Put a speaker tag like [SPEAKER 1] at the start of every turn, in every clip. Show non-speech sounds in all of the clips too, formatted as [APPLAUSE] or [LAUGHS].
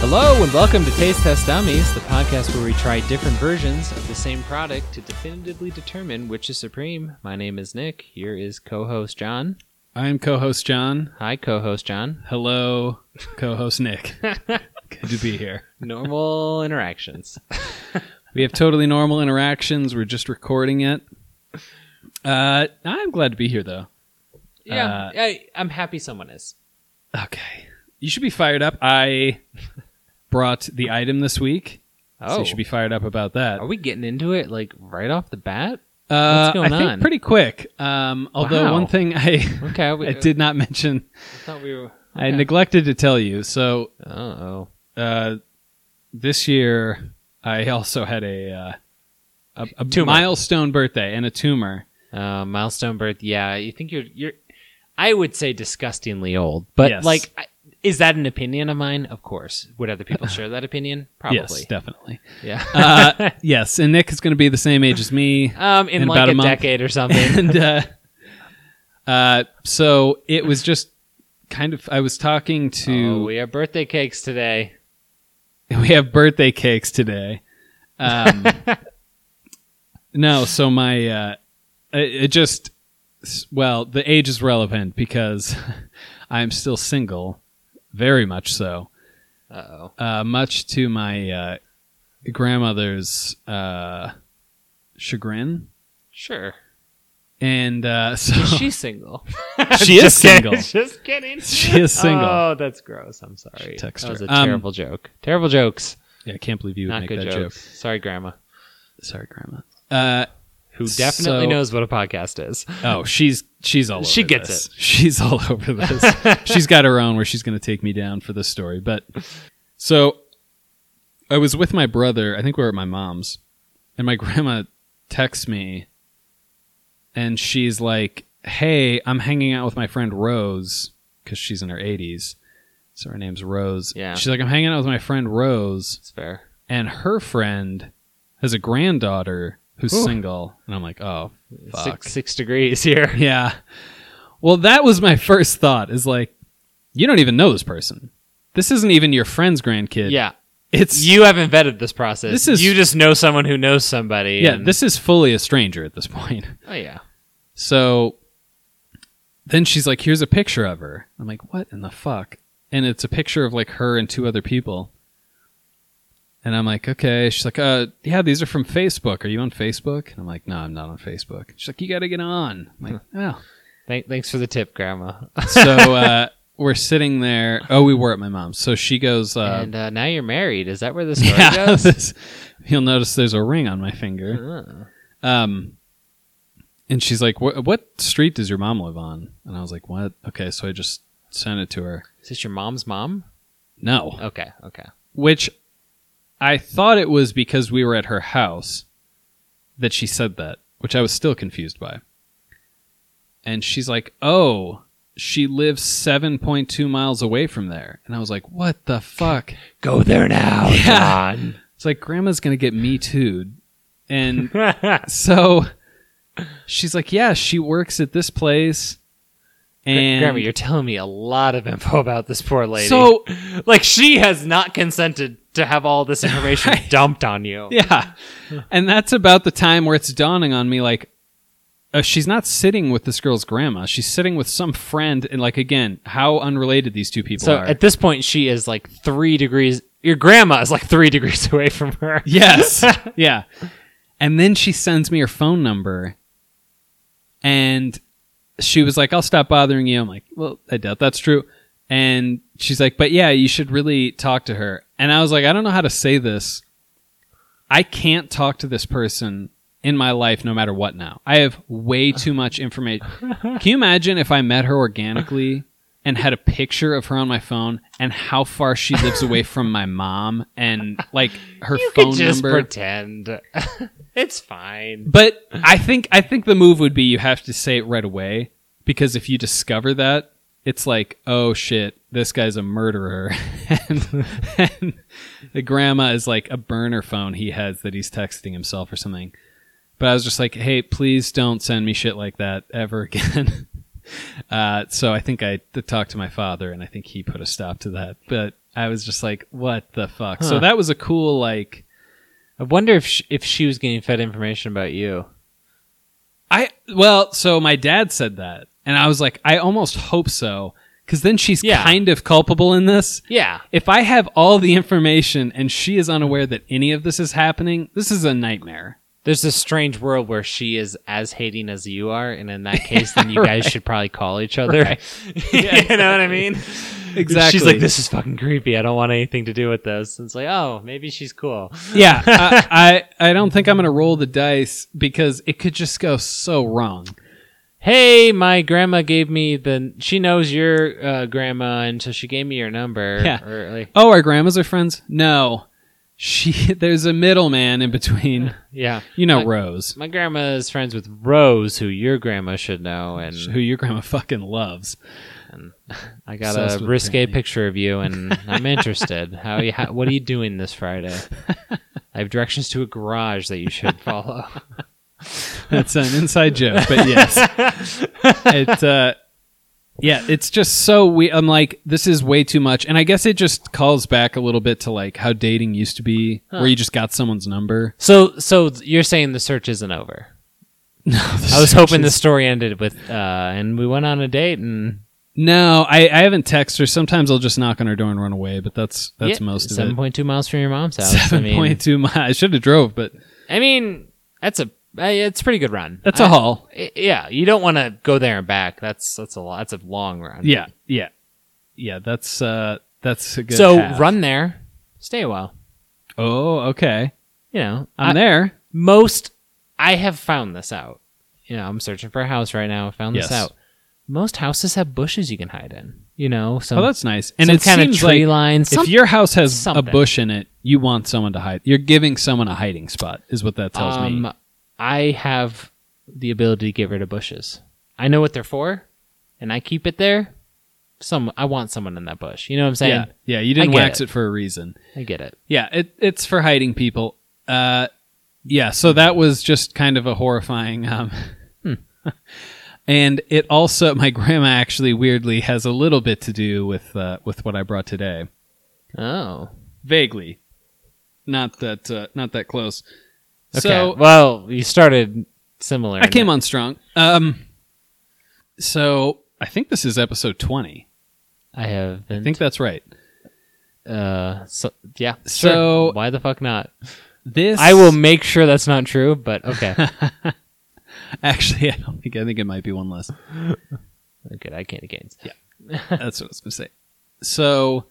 [SPEAKER 1] Hello and welcome to Taste Test Dummies, the podcast where we try different versions of the same product to definitively determine which is supreme. My name is Nick. Here is co-host John.
[SPEAKER 2] I'm co-host John.
[SPEAKER 1] Hi, co-host John.
[SPEAKER 2] Hello, co-host Nick.
[SPEAKER 1] [LAUGHS]
[SPEAKER 2] Good to be here.
[SPEAKER 1] Normal interactions.
[SPEAKER 2] We have totally normal interactions. We're just recording it. Uh, I'm glad to be here, though.
[SPEAKER 1] Yeah, I, I'm happy someone is.
[SPEAKER 2] Okay, you should be fired up. I brought the item this week, so
[SPEAKER 1] Oh,
[SPEAKER 2] you should be fired up about that.
[SPEAKER 1] are we getting into it like right off the bat?
[SPEAKER 2] Uh,
[SPEAKER 1] what's going
[SPEAKER 2] I think
[SPEAKER 1] on?
[SPEAKER 2] pretty quick. Um, although
[SPEAKER 1] Wow.
[SPEAKER 2] one thing I
[SPEAKER 1] Okay, we,
[SPEAKER 2] I did not mention,
[SPEAKER 1] I thought we were.
[SPEAKER 2] I neglected to tell you. So
[SPEAKER 1] Oh,
[SPEAKER 2] uh, this year I [LAUGHS] also had a uh, a, a
[SPEAKER 1] Tumor.
[SPEAKER 2] milestone birthday and a tumor.
[SPEAKER 1] uh, milestone birth. Yeah, you think you're you're. I would say disgustingly old, but
[SPEAKER 2] Yes.
[SPEAKER 1] like, I, is that an opinion of mine? Of course. Would other people share that opinion?
[SPEAKER 2] [LAUGHS] Yes,
[SPEAKER 1] Probably.
[SPEAKER 2] definitely.
[SPEAKER 1] Yeah. [LAUGHS]
[SPEAKER 2] Uh, yes, and Nick is going to be the same age as me,
[SPEAKER 1] um, in,
[SPEAKER 2] in
[SPEAKER 1] like
[SPEAKER 2] about
[SPEAKER 1] a,
[SPEAKER 2] a month.
[SPEAKER 1] decade or something.
[SPEAKER 2] and uh, uh, so it was just kind of. I was
[SPEAKER 1] oh,
[SPEAKER 2] talking [LAUGHS] to.
[SPEAKER 1] we have birthday cakes today.
[SPEAKER 2] [LAUGHS] we-, have birthday cakes today.
[SPEAKER 1] [LAUGHS]
[SPEAKER 2] Um, no, so my uh, it, it just s- well the age is relevant because [LAUGHS] I'm still single, very much so.
[SPEAKER 1] Uh oh.
[SPEAKER 2] uh, much to my uh, grandmother's uh, chagrin.
[SPEAKER 1] Sure.
[SPEAKER 2] And uh, [LAUGHS] so
[SPEAKER 1] Is she single? [LAUGHS]
[SPEAKER 2] She is
[SPEAKER 1] Just kidding.
[SPEAKER 2] single.
[SPEAKER 1] Just kidding.
[SPEAKER 2] She is single.
[SPEAKER 1] Oh, that's gross. I'm sorry.
[SPEAKER 2] Should text
[SPEAKER 1] that was
[SPEAKER 2] her.
[SPEAKER 1] a
[SPEAKER 2] Um,
[SPEAKER 1] terrible joke. Terrible jokes.
[SPEAKER 2] yeah, I can't believe you would
[SPEAKER 1] Not
[SPEAKER 2] make
[SPEAKER 1] good
[SPEAKER 2] that joke.
[SPEAKER 1] jokes. Sorry, Grandma,
[SPEAKER 2] Sorry, grandma. Uh,
[SPEAKER 1] who definitely
[SPEAKER 2] So-
[SPEAKER 1] knows what a podcast
[SPEAKER 2] [LAUGHS]
[SPEAKER 1] is.
[SPEAKER 2] oh, she's she's all over
[SPEAKER 1] She gets
[SPEAKER 2] this. She's all [LAUGHS] over this. she's got her own where she's going to take me down for this story. But so I was with my brother. I think we were at my mom's, and my [LAUGHS] grandma texts me, and she's like, "Hey, I'm hanging out with my friend Rose because she's in her 80s, so her name's Rose.
[SPEAKER 1] Yeah.
[SPEAKER 2] She's like, I'm hanging out with my friend Rose,
[SPEAKER 1] It's fair.
[SPEAKER 2] and her friend has a granddaughter who's
[SPEAKER 1] Ooh.
[SPEAKER 2] single, and I'm like, oh, fuck,
[SPEAKER 1] Six, six degrees here.
[SPEAKER 2] yeah. Well, that was my [LAUGHS] first thought is like, you don't even know this person. This isn't even your friend's grandkid.
[SPEAKER 1] Yeah.
[SPEAKER 2] It's
[SPEAKER 1] You haven't vetted this process.
[SPEAKER 2] This is-
[SPEAKER 1] you just know someone who knows somebody.
[SPEAKER 2] Yeah,
[SPEAKER 1] and-
[SPEAKER 2] this is fully a stranger at this point. [LAUGHS]
[SPEAKER 1] Oh yeah.
[SPEAKER 2] So then she's like, here's a picture of her. I'm like, what in the fuck? And it's a picture of like her and two other people. And I'm like, okay. She's like, uh, yeah, these are from Facebook. Are you on Facebook? And I'm like, no, I'm not on Facebook. She's like, you got to get on. I'm like, oh.
[SPEAKER 1] Thank, thanks for the tip, Grandma.
[SPEAKER 2] so uh, we're sitting there. Oh, we were at my mom's. So she goes, uh,
[SPEAKER 1] and uh, now you're married. Is that where this story
[SPEAKER 2] [LAUGHS]
[SPEAKER 1] [LAUGHS]
[SPEAKER 2] yeah,
[SPEAKER 1] goes?
[SPEAKER 2] [LAUGHS] this- you'll notice there's a ring on my finger.
[SPEAKER 1] Uh,
[SPEAKER 2] Um, and she's like, what, "What street does your mom live on?" And I was like, "What?" Okay, so I just sent it to her.
[SPEAKER 1] is this your mom's mom?
[SPEAKER 2] No,
[SPEAKER 1] Okay. Okay.
[SPEAKER 2] which I thought it was because we were at her house that she said that, which I was still confused by. And she's like, "Oh, she lives seven point two miles away from there," and I was like, "What the fuck?"
[SPEAKER 1] Go there now,
[SPEAKER 2] Yeah.
[SPEAKER 1] [LAUGHS]
[SPEAKER 2] It's like grandma's gonna get me too, and so she's like, "Yeah, she works at this place." And
[SPEAKER 1] Grandma, you're telling me a lot of info about this poor lady.
[SPEAKER 2] so
[SPEAKER 1] like, she has not consented to have all this [LAUGHS] information
[SPEAKER 2] Right.
[SPEAKER 1] dumped on you.
[SPEAKER 2] yeah, and that's about the time where it's dawning on me, like, uh, she's not sitting with this girl's grandma. She's sitting with some friend, and like again, how unrelated these two people
[SPEAKER 1] So
[SPEAKER 2] are.
[SPEAKER 1] at this point, she is like three degrees. Your grandma is like three degrees [LAUGHS] away from her.
[SPEAKER 2] [LAUGHS] Yes. yeah. And then she sends me her phone number. And she was like, I'll stop bothering you. I'm like, well, I doubt that's true. And she's like, but yeah, you should really talk to her. And I was like, I don't know how to say this. I can't talk to this person in my life no matter what now. I have way too much information.
[SPEAKER 1] [LAUGHS]
[SPEAKER 2] [LAUGHS] Can you imagine if I met her organically and had a picture of her on my phone and how far she lives away from my mom and like her
[SPEAKER 1] you
[SPEAKER 2] phone
[SPEAKER 1] could just
[SPEAKER 2] number?
[SPEAKER 1] pretend. [LAUGHS] it's fine.
[SPEAKER 2] But I think I think the move would be you have to say it right away because if you discover that, it's like, oh shit, this guy's a murderer, [LAUGHS] and, and the grandma is like a burner phone he has that he's texting himself or something. But I was just like, hey, please don't send me shit like that ever [LAUGHS] again. uh, so I think I talked to my father, and I think he put a stop to that. But I was just like, what the fuck?
[SPEAKER 1] Huh.
[SPEAKER 2] So that was a cool like
[SPEAKER 1] I wonder if she, if she was getting fed information about you.
[SPEAKER 2] I well, so my dad said that, and I was like, I almost hope so, because then she's
[SPEAKER 1] Yeah.
[SPEAKER 2] kind of culpable in this.
[SPEAKER 1] Yeah.
[SPEAKER 2] If I have all the information and she is unaware that any of this is happening, this is a nightmare.
[SPEAKER 1] There's this strange world where she is as hating as you are, and in [LAUGHS] that case, then you guys should probably call [LAUGHS] each other. you know what I mean?
[SPEAKER 2] Exactly.
[SPEAKER 1] She's like, this is fucking creepy. I don't want anything to do with this. And it's like, oh, maybe she's cool.
[SPEAKER 2] yeah, [LAUGHS] I, I I don't think I'm gonna roll the dice because it could just go so wrong.
[SPEAKER 1] Hey, my grandma gave me the. She knows your uh, grandma, and so she gave me your number.
[SPEAKER 2] Yeah.
[SPEAKER 1] Or, like,
[SPEAKER 2] Oh, our grandmas are friends? No, she [LAUGHS] there's a middleman in between.
[SPEAKER 1] yeah.
[SPEAKER 2] You know,
[SPEAKER 1] Like-
[SPEAKER 2] Rose,
[SPEAKER 1] My grandma is friends with Rose, who your grandma should know, and
[SPEAKER 2] who your grandma fucking loves.
[SPEAKER 1] I got
[SPEAKER 2] obsessed
[SPEAKER 1] a
[SPEAKER 2] with
[SPEAKER 1] risque
[SPEAKER 2] Brandy.
[SPEAKER 1] picture of you,
[SPEAKER 2] [LAUGHS]
[SPEAKER 1] and I'm interested. How, you, how what are you doing this Friday? I have directions to a garage that you should
[SPEAKER 2] [LAUGHS]
[SPEAKER 1] follow.
[SPEAKER 2] That's an inside joke, but yes,
[SPEAKER 1] [LAUGHS]
[SPEAKER 2] it. Uh, yeah, it's just so we. I'm like, this is way too much, and I guess it just calls back a little bit to like how dating used to be, where you just got someone's number. [LAUGHS]
[SPEAKER 1] so, so you're saying the search isn't over?
[SPEAKER 2] No,
[SPEAKER 1] I was hoping the story ended with, uh, and we went on a date, and
[SPEAKER 2] No, I, I haven't texted her. Sometimes I'll just knock on her door and run away, but that's that's
[SPEAKER 1] Yeah,
[SPEAKER 2] most of
[SPEAKER 1] Seven
[SPEAKER 2] it.
[SPEAKER 1] point two miles from your mom's house. I
[SPEAKER 2] [LAUGHS] Seven
[SPEAKER 1] mean,
[SPEAKER 2] point two miles. I should have drove, but
[SPEAKER 1] I mean, that's a uh, it's a pretty good run.
[SPEAKER 2] that's
[SPEAKER 1] a
[SPEAKER 2] a haul.
[SPEAKER 1] Yeah, you don't want to go there and back. That's that's a lot. That's a long run.
[SPEAKER 2] Yeah, yeah, yeah. That's uh, that's a good.
[SPEAKER 1] so
[SPEAKER 2] half.
[SPEAKER 1] run there, stay a while.
[SPEAKER 2] Oh, okay.
[SPEAKER 1] You know,
[SPEAKER 2] I'm
[SPEAKER 1] I-
[SPEAKER 2] there.
[SPEAKER 1] most I have found this out. You know, I'm searching for a house right now. I found this
[SPEAKER 2] Yes.
[SPEAKER 1] out. Most houses have bushes you can hide in. You know, some
[SPEAKER 2] Oh, that's nice. And
[SPEAKER 1] some
[SPEAKER 2] it
[SPEAKER 1] kind
[SPEAKER 2] seems
[SPEAKER 1] of tree
[SPEAKER 2] like
[SPEAKER 1] line. some-
[SPEAKER 2] if your house has
[SPEAKER 1] something.
[SPEAKER 2] a bush in it, you want someone to hide. You're giving someone a hiding spot, is what that tells me.
[SPEAKER 1] um, I have the ability to get rid of bushes. I know what they're for, and I keep it there. Some I want someone in that bush. You know what I'm saying?
[SPEAKER 2] Yeah, yeah. You
[SPEAKER 1] I
[SPEAKER 2] didn't
[SPEAKER 1] get
[SPEAKER 2] wax
[SPEAKER 1] it.
[SPEAKER 2] it. for a reason.
[SPEAKER 1] I get it.
[SPEAKER 2] Yeah, it, it's for hiding people. Uh, yeah. So that was just kind of a horrifying. Um, [LAUGHS]
[SPEAKER 1] Hmm.
[SPEAKER 2] and it also, [LAUGHS] my grandma actually weirdly has a little bit to do with uh, with what I brought today.
[SPEAKER 1] Oh.
[SPEAKER 2] vaguely not that uh, not that close
[SPEAKER 1] Okay.
[SPEAKER 2] so
[SPEAKER 1] well, you started similar.
[SPEAKER 2] i came on strong um so i think this is episode 20
[SPEAKER 1] I have been.
[SPEAKER 2] i think that's right
[SPEAKER 1] uh, so, yeah.
[SPEAKER 2] So-
[SPEAKER 1] sure. why the fuck not?
[SPEAKER 2] this
[SPEAKER 1] I will make sure that's not true, but
[SPEAKER 2] [LAUGHS]
[SPEAKER 1] okay.
[SPEAKER 2] actually [LAUGHS] i don't think i think it might be one
[SPEAKER 1] [LAUGHS]
[SPEAKER 2] less
[SPEAKER 1] Good. I can't games. Yeah.
[SPEAKER 2] that's what i was gonna say so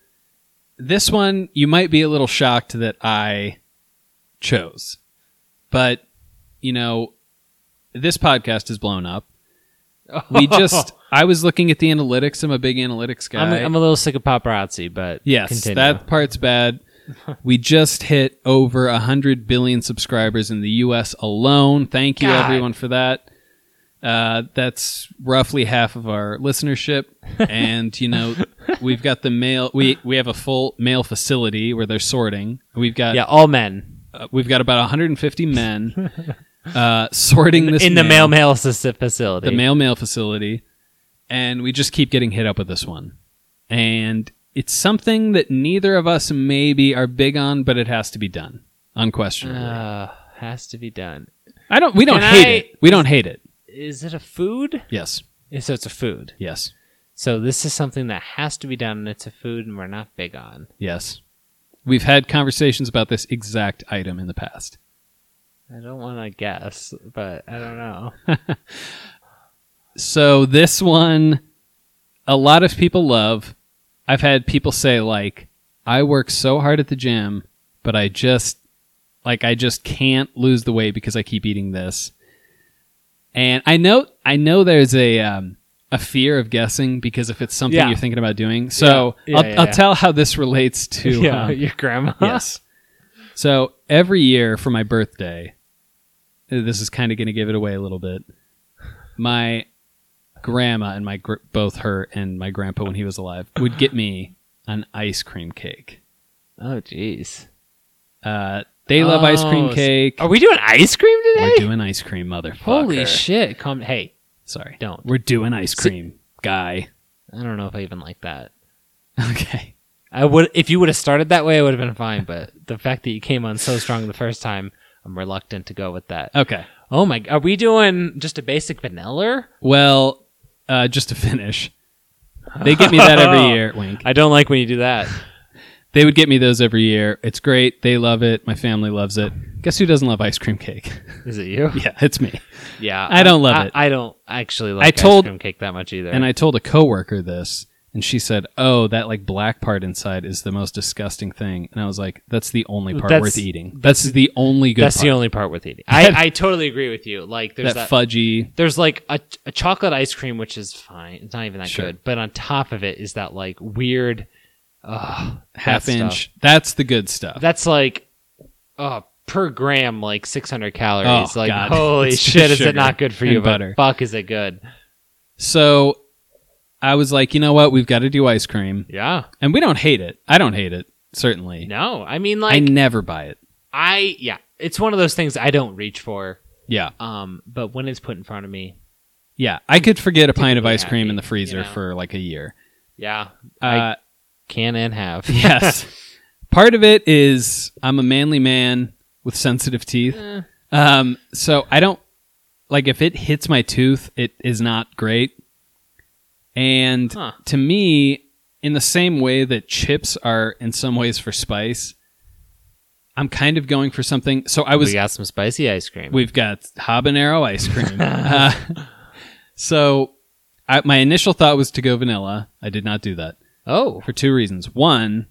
[SPEAKER 2] this one you might be a little shocked that i chose but you know this podcast is blown up
[SPEAKER 1] [LAUGHS]
[SPEAKER 2] we just i was looking at the analytics i'm a big analytics guy
[SPEAKER 1] I'm, I'm a little sick of paparazzi, but
[SPEAKER 2] Yes,
[SPEAKER 1] continue.
[SPEAKER 2] that part's
[SPEAKER 1] [LAUGHS]
[SPEAKER 2] bad. we just hit over 100 billion subscribers in the US alone. Thank you,
[SPEAKER 1] God.
[SPEAKER 2] everyone, for that. Uh, that's roughly half of
[SPEAKER 1] [LAUGHS]
[SPEAKER 2] our listenership. and, you know, we've got the mail. We, we have a full mail facility where they're sorting. We've got,
[SPEAKER 1] yeah, all men
[SPEAKER 2] uh, we've got about 150 men uh, sorting this
[SPEAKER 1] in the
[SPEAKER 2] mail,
[SPEAKER 1] male mail assi- facility.
[SPEAKER 2] the mail mail facility. And we just keep getting hit up with this one. And it's something that neither of us maybe are big on, but it has to be done. Unquestionably.
[SPEAKER 1] uh, has to be done.
[SPEAKER 2] I don't we don't
[SPEAKER 1] can
[SPEAKER 2] hate
[SPEAKER 1] I-
[SPEAKER 2] it. We don't hate it.
[SPEAKER 1] Is it a food?
[SPEAKER 2] Yes.
[SPEAKER 1] Yeah, So it's a food.
[SPEAKER 2] Yes.
[SPEAKER 1] So this is something that has to be done, and it's a food, and we're not big on.
[SPEAKER 2] Yes. We've had conversations about this exact item in the past.
[SPEAKER 1] I don't want to guess, but I don't know.
[SPEAKER 2] So this one a lot of people love. I've had people say like I work so hard at the gym, but I just like I just can't lose the weight because I keep eating this. And I know I know there's a um, a fear of guessing because if it's something
[SPEAKER 1] Yeah.
[SPEAKER 2] you're thinking about doing. So
[SPEAKER 1] Yeah,
[SPEAKER 2] I'll,
[SPEAKER 1] yeah,
[SPEAKER 2] I'll
[SPEAKER 1] yeah.
[SPEAKER 2] tell how this relates to
[SPEAKER 1] [LAUGHS] yeah,
[SPEAKER 2] um,
[SPEAKER 1] your grandma.
[SPEAKER 2] yes. So every year for my birthday, uh, this is kind of going to give it away a little bit. My grandma and my gr- both her and my grandpa when he was alive would get me an ice cream cake.
[SPEAKER 1] Oh, jeez.
[SPEAKER 2] Uh, they love ice
[SPEAKER 1] Oh,
[SPEAKER 2] cream
[SPEAKER 1] s-
[SPEAKER 2] cake.
[SPEAKER 1] Are we doing ice cream today?
[SPEAKER 2] We're doing ice cream, motherfucker.
[SPEAKER 1] Holy shit! Come, hey,
[SPEAKER 2] Sorry,
[SPEAKER 1] Don't.
[SPEAKER 2] We're doing ice
[SPEAKER 1] See-
[SPEAKER 2] cream, guy. [LAUGHS]
[SPEAKER 1] I don't know if I even like that.
[SPEAKER 2] Okay.
[SPEAKER 1] I would if you would have started that way, I would have been fine. But [LAUGHS] the fact that you came on so strong the first time, I'm reluctant to go with that.
[SPEAKER 2] Okay.
[SPEAKER 1] Oh my! Are we doing just a basic vanilla?
[SPEAKER 2] Well, uh, just to finish, they get me
[SPEAKER 1] [LAUGHS]
[SPEAKER 2] that every year. Wink.
[SPEAKER 1] I don't like when you do that.
[SPEAKER 2] They would get me those every year. It's great. They love it. My family loves it. Guess who doesn't love ice cream cake?
[SPEAKER 1] [LAUGHS]
[SPEAKER 2] [LAUGHS]
[SPEAKER 1] Is it [LAUGHS] you?
[SPEAKER 2] yeah, it's me.
[SPEAKER 1] Yeah,
[SPEAKER 2] I don't love
[SPEAKER 1] I-
[SPEAKER 2] it.
[SPEAKER 1] I don't actually like
[SPEAKER 2] I told-
[SPEAKER 1] ice cream cake that much either.
[SPEAKER 2] And I told a coworker this, and she said, "Oh, that like black part inside is the most disgusting thing." And I was like, "That's the only part
[SPEAKER 1] That's-
[SPEAKER 2] worth eating. That's the only good
[SPEAKER 1] that's
[SPEAKER 2] part.
[SPEAKER 1] the only part worth [LAUGHS] eating. I, I totally agree with you. Like there's that,
[SPEAKER 2] that, fudgy.
[SPEAKER 1] there's like a, a chocolate ice cream which is fine. It's not even that
[SPEAKER 2] Sure.
[SPEAKER 1] good. But on top of it is that like weird ugh, that
[SPEAKER 2] half
[SPEAKER 1] stuff.
[SPEAKER 2] inch. That's the good stuff.
[SPEAKER 1] That's like uh per gram like 600 calories.
[SPEAKER 2] Oh,
[SPEAKER 1] like
[SPEAKER 2] God.
[SPEAKER 1] holy
[SPEAKER 2] [LAUGHS] It's just
[SPEAKER 1] shit is
[SPEAKER 2] sugar
[SPEAKER 1] it not good for
[SPEAKER 2] and
[SPEAKER 1] you?
[SPEAKER 2] butter.
[SPEAKER 1] But fuck is it good?
[SPEAKER 2] so I was like, you know what? We've got to do ice cream,
[SPEAKER 1] Yeah.
[SPEAKER 2] and we don't hate it. I don't hate it. Certainly,
[SPEAKER 1] No. I mean
[SPEAKER 2] I
[SPEAKER 1] like
[SPEAKER 2] never buy it.
[SPEAKER 1] I yeah, it's one of those things I don't reach for
[SPEAKER 2] Yeah,
[SPEAKER 1] um but when it's put in front of me,
[SPEAKER 2] yeah. I could forget a pint of
[SPEAKER 1] me
[SPEAKER 2] ice cream
[SPEAKER 1] happy,
[SPEAKER 2] in the freezer
[SPEAKER 1] you know?
[SPEAKER 2] for like a year.
[SPEAKER 1] yeah, I-
[SPEAKER 2] Uh,
[SPEAKER 1] can and have.
[SPEAKER 2] [LAUGHS] yes. Part of it is I'm a manly man with sensitive teeth.
[SPEAKER 1] Eh.
[SPEAKER 2] Um, so I don't like if it hits my tooth, it is not great. And
[SPEAKER 1] Huh.
[SPEAKER 2] to me, in the same way that chips are in some ways for spice, I'm kind of going for something. So I was
[SPEAKER 1] we got some spicy ice cream.
[SPEAKER 2] We've got habanero ice
[SPEAKER 1] [LAUGHS]
[SPEAKER 2] cream. Uh, so I, my initial thought was to go vanilla. I did not do that
[SPEAKER 1] oh,
[SPEAKER 2] for two reasons. One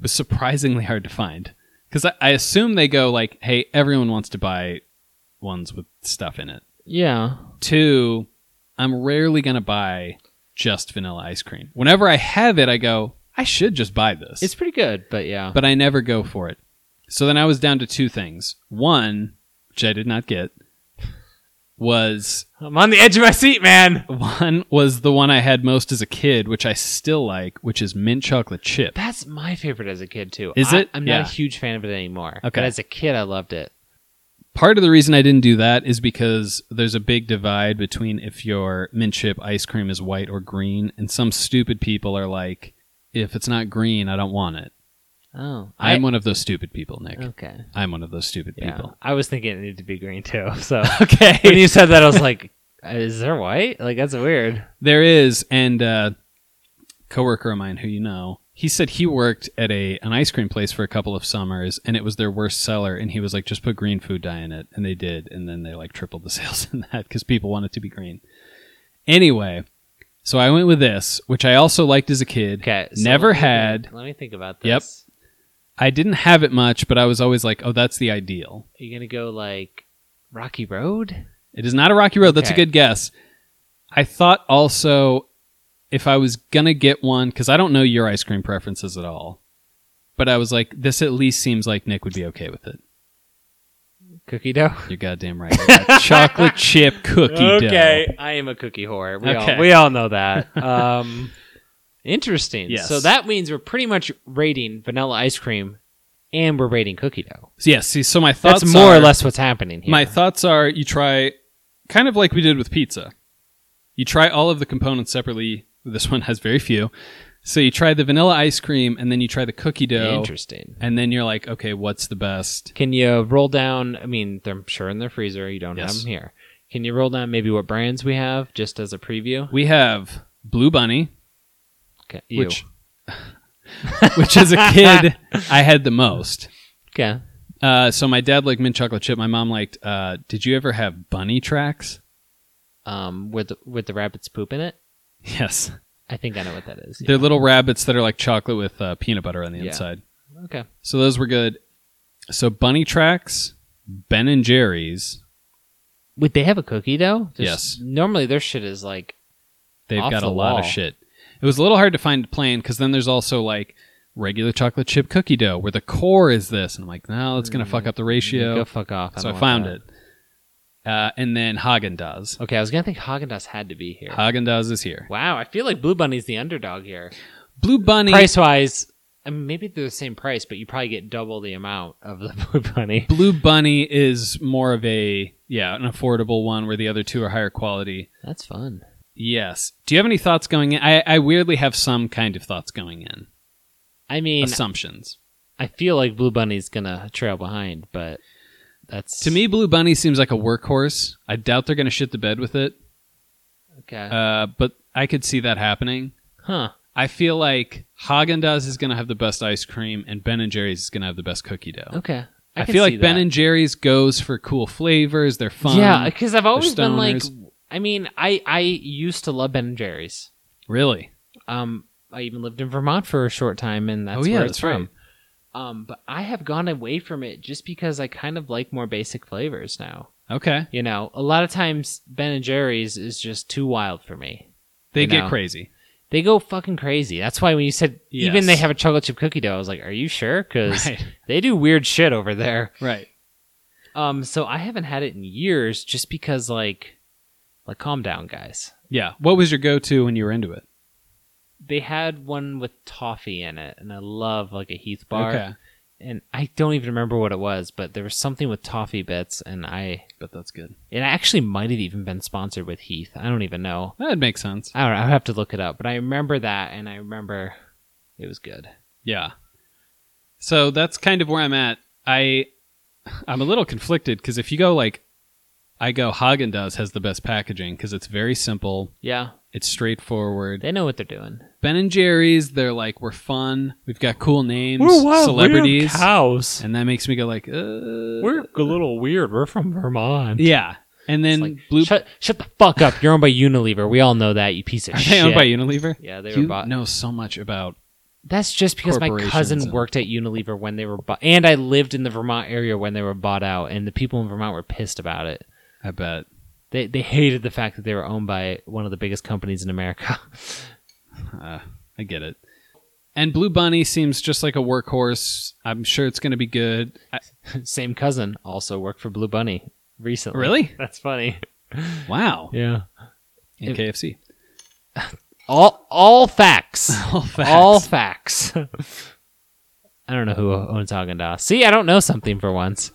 [SPEAKER 2] was surprisingly hard to find because I, I assume they go like, "Hey, everyone wants to buy ones with stuff in it."
[SPEAKER 1] yeah.
[SPEAKER 2] Two, I'm rarely gonna buy just vanilla ice cream. Whenever I have it, I go, "I should just buy this."
[SPEAKER 1] It's pretty good, but yeah.
[SPEAKER 2] but I never go for it. So then I was down to two things. One, which I did not get, was
[SPEAKER 1] I'm on the edge of my seat, man.
[SPEAKER 2] one was the one I had most as a kid, which I still like, which is mint chocolate chip.
[SPEAKER 1] That's my favorite as a kid too.
[SPEAKER 2] Is
[SPEAKER 1] I-
[SPEAKER 2] it?
[SPEAKER 1] I'm
[SPEAKER 2] Yeah.
[SPEAKER 1] not a huge fan of it anymore.
[SPEAKER 2] Okay.
[SPEAKER 1] But as a kid, I loved it.
[SPEAKER 2] Part of the reason I didn't do that is because there's a big divide between if your mint chip ice cream is white or green, and some stupid people are like, if it's not green, I don't want it.
[SPEAKER 1] Oh,
[SPEAKER 2] I'm one of those stupid people, Nick.
[SPEAKER 1] okay.
[SPEAKER 2] I'm one of those stupid
[SPEAKER 1] Yeah, [LAUGHS]
[SPEAKER 2] people.
[SPEAKER 1] I was thinking it needed to be green too. [LAUGHS] So when
[SPEAKER 2] Okay.
[SPEAKER 1] you said that, I was like, "Is there white? Like that's weird."
[SPEAKER 2] There is, and uh, coworker of mine who you know, he said he worked at a an ice cream place for a couple of summers, and it was their worst seller. And he was like, just put green food dye in it, and they did, and then they like tripled the [LAUGHS] sales in that because people want it to be green. Anyway, so I went with this, which I also liked as a kid.
[SPEAKER 1] Okay, so
[SPEAKER 2] Never
[SPEAKER 1] let me think-
[SPEAKER 2] had.
[SPEAKER 1] Let me think about
[SPEAKER 2] Yep.
[SPEAKER 1] this.
[SPEAKER 2] I didn't have it much, but I was always like, oh, that's the ideal.
[SPEAKER 1] Are you gonna go like Rocky Road?
[SPEAKER 2] It is not a rocky road. That's a
[SPEAKER 1] Okay.
[SPEAKER 2] good guess. I thought also if I was gonna get one because I don't know your ice cream preferences at all, but I was like, this at least seems like Nick would be okay with it.
[SPEAKER 1] Cookie dough. [LAUGHS]
[SPEAKER 2] You're goddamn right. A chocolate chip cookie
[SPEAKER 1] okay, I am a cookie whore. We
[SPEAKER 2] Okay.
[SPEAKER 1] all we all know [LAUGHS] that. Um, interesting.
[SPEAKER 2] Yes.
[SPEAKER 1] So that means we're pretty much rating vanilla ice cream, and we're rating cookie dough.
[SPEAKER 2] dough. Yes. See, so my thoughts
[SPEAKER 1] That's more
[SPEAKER 2] are-
[SPEAKER 1] or less what's happening here.
[SPEAKER 2] my thoughts are you try kind of like we did with pizza. You try all of the components separately. This one has very few. So you try the vanilla ice cream and then you try the cookie dough.
[SPEAKER 1] Interesting.
[SPEAKER 2] And then you're like, okay, what's the best?
[SPEAKER 1] Can you roll down? I mean, they're I'm sure in their freezer. You don't
[SPEAKER 2] Yes.
[SPEAKER 1] have them here. Can you roll down maybe what brands we have just as a preview?
[SPEAKER 2] We have Blue Bunny,
[SPEAKER 1] Okay.
[SPEAKER 2] which [LAUGHS] which as a kid I had the most.
[SPEAKER 1] okay.
[SPEAKER 2] Uh, so my dad liked mint chocolate chip. My mom liked. Uh, did you ever have bunny tracks?
[SPEAKER 1] Um, with with the rabbit's poop in it.
[SPEAKER 2] Yes,
[SPEAKER 1] I think I know what that is.
[SPEAKER 2] they're little rabbits that are like chocolate with uh, peanut butter on the
[SPEAKER 1] Yeah.
[SPEAKER 2] inside.
[SPEAKER 1] Okay.
[SPEAKER 2] So those were good. So bunny tracks, Ben and Jerry's.
[SPEAKER 1] Would they have a cookie dough?
[SPEAKER 2] Yes.
[SPEAKER 1] Normally their shit is like
[SPEAKER 2] They've
[SPEAKER 1] Off
[SPEAKER 2] got a
[SPEAKER 1] the
[SPEAKER 2] lot
[SPEAKER 1] wall.
[SPEAKER 2] of shit. It was a little hard to find plain because then there's also like regular chocolate chip cookie dough where the core is this, and I'm like, no, that's gonna
[SPEAKER 1] Mm,
[SPEAKER 2] fuck up the ratio.
[SPEAKER 1] Go fuck off.
[SPEAKER 2] so
[SPEAKER 1] don't
[SPEAKER 2] I
[SPEAKER 1] want
[SPEAKER 2] found
[SPEAKER 1] that.
[SPEAKER 2] it. Uh, and then Hagen Dazs.
[SPEAKER 1] Okay, I was gonna think Haagen Dazs had to be here.
[SPEAKER 2] Hagen Dazs is here.
[SPEAKER 1] wow, I feel like Blue Bunny's the underdog here.
[SPEAKER 2] Blue Bunny.
[SPEAKER 1] Price wise, I mean, maybe they're the same price, but you probably get double the amount of the [LAUGHS] Blue Bunny.
[SPEAKER 2] Blue Bunny is more of a yeah an affordable one where the other two are higher quality.
[SPEAKER 1] That's fun.
[SPEAKER 2] Yes. Do you have any thoughts going in? I, I weirdly have some kind of thoughts going in.
[SPEAKER 1] I mean,
[SPEAKER 2] assumptions.
[SPEAKER 1] I feel like Blue Bunny's gonna trail behind, but that's
[SPEAKER 2] To me, Blue Bunny seems like a workhorse. I doubt they're going to shit the bed with it,
[SPEAKER 1] Okay.
[SPEAKER 2] uh, but I could see that happening.
[SPEAKER 1] huh.
[SPEAKER 2] I feel like Haagen Dazs is going to have the best ice cream, and Ben and Jerry's is going to have the best cookie dough.
[SPEAKER 1] Okay.
[SPEAKER 2] I,
[SPEAKER 1] can
[SPEAKER 2] feel
[SPEAKER 1] see
[SPEAKER 2] like Ben
[SPEAKER 1] that.
[SPEAKER 2] and Jerry's goes for cool flavors. They're fun.
[SPEAKER 1] Yeah, because I've always been like,
[SPEAKER 2] stoners.
[SPEAKER 1] I mean, I I used to love Ben and Jerry's.
[SPEAKER 2] really.
[SPEAKER 1] Um, I even lived in Vermont for a short time, and that's
[SPEAKER 2] Oh, yeah,
[SPEAKER 1] where it's
[SPEAKER 2] that's
[SPEAKER 1] from. Um, but I have gone away from it just because I kind of like more basic flavors now.
[SPEAKER 2] Okay,
[SPEAKER 1] You know, a lot of times Ben and Jerry's is just too wild for me.
[SPEAKER 2] they
[SPEAKER 1] You
[SPEAKER 2] get
[SPEAKER 1] know.
[SPEAKER 2] crazy.
[SPEAKER 1] They go fucking crazy. That's why when you said even
[SPEAKER 2] Yes.
[SPEAKER 1] they have a chocolate chip cookie dough, I was like, "Are you sure?" Because
[SPEAKER 2] [LAUGHS] Right,
[SPEAKER 1] they do weird shit over there.
[SPEAKER 2] right.
[SPEAKER 1] Um, so I haven't had it in years, just because like, like calm down, guys.
[SPEAKER 2] Yeah. What was your go-to when you were into it?
[SPEAKER 1] They had one with toffee in it, and I love like a Heath bar,
[SPEAKER 2] Okay,
[SPEAKER 1] and I don't even remember what it was, but there was something with toffee bits, and I
[SPEAKER 2] but that's good.
[SPEAKER 1] it actually might have even been sponsored with Heath. I don't even know.
[SPEAKER 2] That makes sense.
[SPEAKER 1] I don't know. I have to look it up, but I remember that, and I remember it was good.
[SPEAKER 2] Yeah. So that's kind of where I'm at. I I'm a little conflicted because if you go like I go Haagen Dazs has the best packaging because it's very simple,
[SPEAKER 1] Yeah,
[SPEAKER 2] it's straightforward.
[SPEAKER 1] they know what they're doing.
[SPEAKER 2] Ben and Jerry's, they're like we're fun, we've got cool names, celebrities,
[SPEAKER 1] cows.
[SPEAKER 2] and that makes me go like, uh,
[SPEAKER 1] a little weird. We're from Vermont.
[SPEAKER 2] yeah. And then
[SPEAKER 1] It's like,
[SPEAKER 2] Blue
[SPEAKER 1] shut, shut the fuck up. You're owned by Unilever. We all know that, you piece
[SPEAKER 2] [LAUGHS]
[SPEAKER 1] of
[SPEAKER 2] Are
[SPEAKER 1] shit.
[SPEAKER 2] [LAUGHS] they owned by Unilever?
[SPEAKER 1] yeah, they were
[SPEAKER 2] you
[SPEAKER 1] bought.
[SPEAKER 2] know so much about.
[SPEAKER 1] That's just because my
[SPEAKER 2] corporations
[SPEAKER 1] cousin
[SPEAKER 2] and-
[SPEAKER 1] worked at Unilever when they were bought. And I lived in the Vermont area when they were bought out, and the people in Vermont were pissed about it.
[SPEAKER 2] I bet.
[SPEAKER 1] They, they hated the fact that they were owned by one of the biggest companies in America. [LAUGHS]
[SPEAKER 2] Uh, I get it. And Blue Bunny seems just like a workhorse. I'm sure it's going to be good. I,
[SPEAKER 1] Same cousin also worked for Blue Bunny recently.
[SPEAKER 2] Really?
[SPEAKER 1] [LAUGHS] That's funny.
[SPEAKER 2] wow.
[SPEAKER 1] Yeah.
[SPEAKER 2] In KFC.
[SPEAKER 1] [LAUGHS] All all facts.
[SPEAKER 2] [LAUGHS] All [LAUGHS] facts.
[SPEAKER 1] All facts. [LAUGHS] I don't know who owns Haagen Dazs. See, I don't know something for once.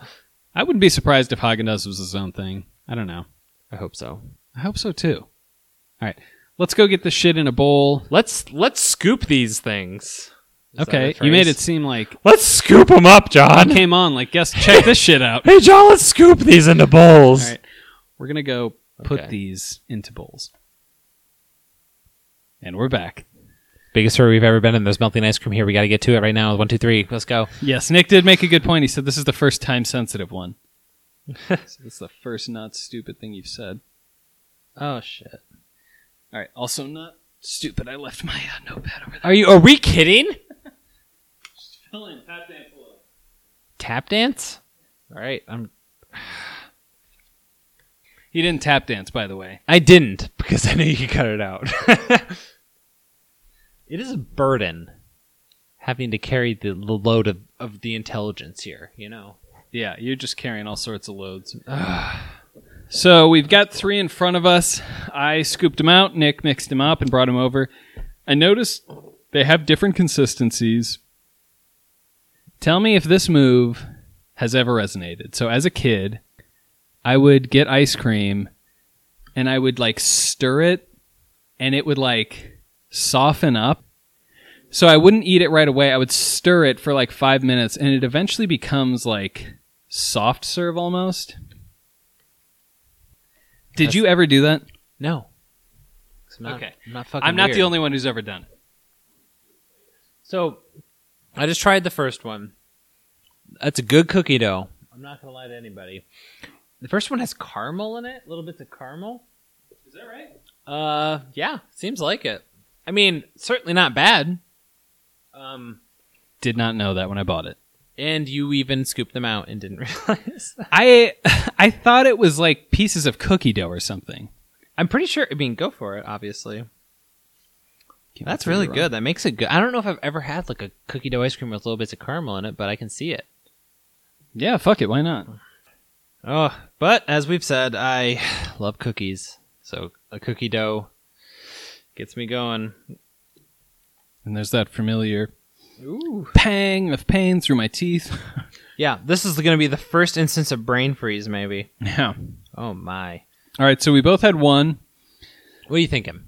[SPEAKER 2] I wouldn't be surprised if Haagen Dazs was his own thing. I don't know.
[SPEAKER 1] I hope so.
[SPEAKER 2] I hope so too. All right, let's go get this shit in a bowl.
[SPEAKER 1] Let's let's scoop these things. Is that
[SPEAKER 2] okay,
[SPEAKER 1] a
[SPEAKER 2] you made it
[SPEAKER 1] phrase?
[SPEAKER 2] seem like
[SPEAKER 1] Let's scoop them up,
[SPEAKER 2] I
[SPEAKER 1] John.
[SPEAKER 2] came on. Like, guess check this shit out.
[SPEAKER 1] Hey, John, let's scoop these into
[SPEAKER 2] All
[SPEAKER 1] bowls.
[SPEAKER 2] right, [LAUGHS] we're gonna go put
[SPEAKER 1] Okay.
[SPEAKER 2] these into bowls. And we're back.
[SPEAKER 1] Biggest hurry we've ever been in. There's melting ice cream here. We got to get to it right now. One, two, three. Let's go.
[SPEAKER 2] Yes, Nick did make a good point. He said this is the first time sensitive [LAUGHS] one. so this is the first not stupid thing you've said.
[SPEAKER 1] Oh shit.
[SPEAKER 2] All right. Also not stupid. I left my uh, notepad over there.
[SPEAKER 1] Are you? Are we kidding?
[SPEAKER 2] Fill in, tap dance below.
[SPEAKER 1] Tap dance. All right. I'm.
[SPEAKER 2] He didn't tap dance, by the way.
[SPEAKER 1] I didn't because [LAUGHS] I knew you could cut it out. [LAUGHS] it is a burden having to carry the, the load of, of the intelligence here. You know.
[SPEAKER 2] Yeah, you're just carrying all sorts of loads. [SIGHS] so we've got three in front of us. I scooped them out. Nick mixed them up and brought them over. I noticed they have different consistencies. Tell me if this move has ever resonated. So as a kid, I would get ice cream and I would like stir it and it would like soften up. So I wouldn't eat it right away. I would stir it for like 5 minutes and it eventually becomes like soft serve almost. Did
[SPEAKER 1] That's-
[SPEAKER 2] you ever do that?
[SPEAKER 1] No. 'Cause I'm not,
[SPEAKER 2] Okay.
[SPEAKER 1] I'm not fucking.
[SPEAKER 2] I'm not
[SPEAKER 1] weird.
[SPEAKER 2] the only one who's ever done it.
[SPEAKER 1] So, I just tried the first one. That's a good cookie dough. I'm not gonna lie to anybody. The first one has caramel in it, little bits of caramel.
[SPEAKER 2] Is that right?
[SPEAKER 1] Uh, yeah, seems like it. I mean, certainly not bad. Um,
[SPEAKER 2] Did not know that when I bought it.
[SPEAKER 1] and you even scooped them out and didn't [LAUGHS] realize.
[SPEAKER 2] I [LAUGHS] I thought it was like pieces of cookie dough or something.
[SPEAKER 1] I'm pretty sure. I mean, go for it. Obviously,
[SPEAKER 2] Can't
[SPEAKER 1] that's
[SPEAKER 2] prove
[SPEAKER 1] really
[SPEAKER 2] you wrong.
[SPEAKER 1] good. That makes it good. I don't know if I've ever had like a cookie dough ice cream with little bits of caramel in it, but I can see it.
[SPEAKER 2] Yeah, fuck it, why not?
[SPEAKER 1] Oh, but as we've said, I love cookies. So a cookie dough gets me going.
[SPEAKER 2] And there's that familiar
[SPEAKER 1] Ooh.
[SPEAKER 2] pang of pain through my teeth. [LAUGHS]
[SPEAKER 1] Yeah, this is going to be the first instance of brain freeze, maybe.
[SPEAKER 2] yeah.
[SPEAKER 1] Oh, my.
[SPEAKER 2] All right, so we both had one.
[SPEAKER 1] What are you thinking?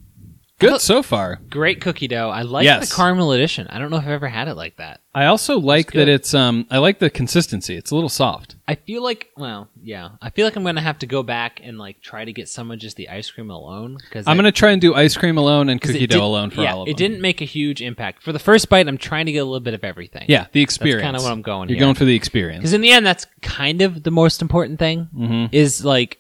[SPEAKER 2] Good so far.
[SPEAKER 1] Great cookie dough. I like
[SPEAKER 2] Yes.
[SPEAKER 1] the caramel edition. I don't know if I've ever had it like that.
[SPEAKER 2] I also like
[SPEAKER 1] good.
[SPEAKER 2] that it's um I like the consistency. It's a little soft.
[SPEAKER 1] I feel like, well, yeah, I feel like I'm gonna have to go back and like try to get some of just the ice cream alone because
[SPEAKER 2] I'm gonna try and do ice cream alone and
[SPEAKER 1] 'cause
[SPEAKER 2] cookie
[SPEAKER 1] it did-
[SPEAKER 2] dough alone for
[SPEAKER 1] yeah,
[SPEAKER 2] all of
[SPEAKER 1] it
[SPEAKER 2] them.
[SPEAKER 1] didn't make a huge impact for the first bite. I'm trying to get a little bit of everything.
[SPEAKER 2] Yeah, the experience.
[SPEAKER 1] kinda what I'm going
[SPEAKER 2] You're
[SPEAKER 1] here.
[SPEAKER 2] going for the experience.
[SPEAKER 1] because in the end, that's kind of the most important thing.
[SPEAKER 2] hmm
[SPEAKER 1] Is like,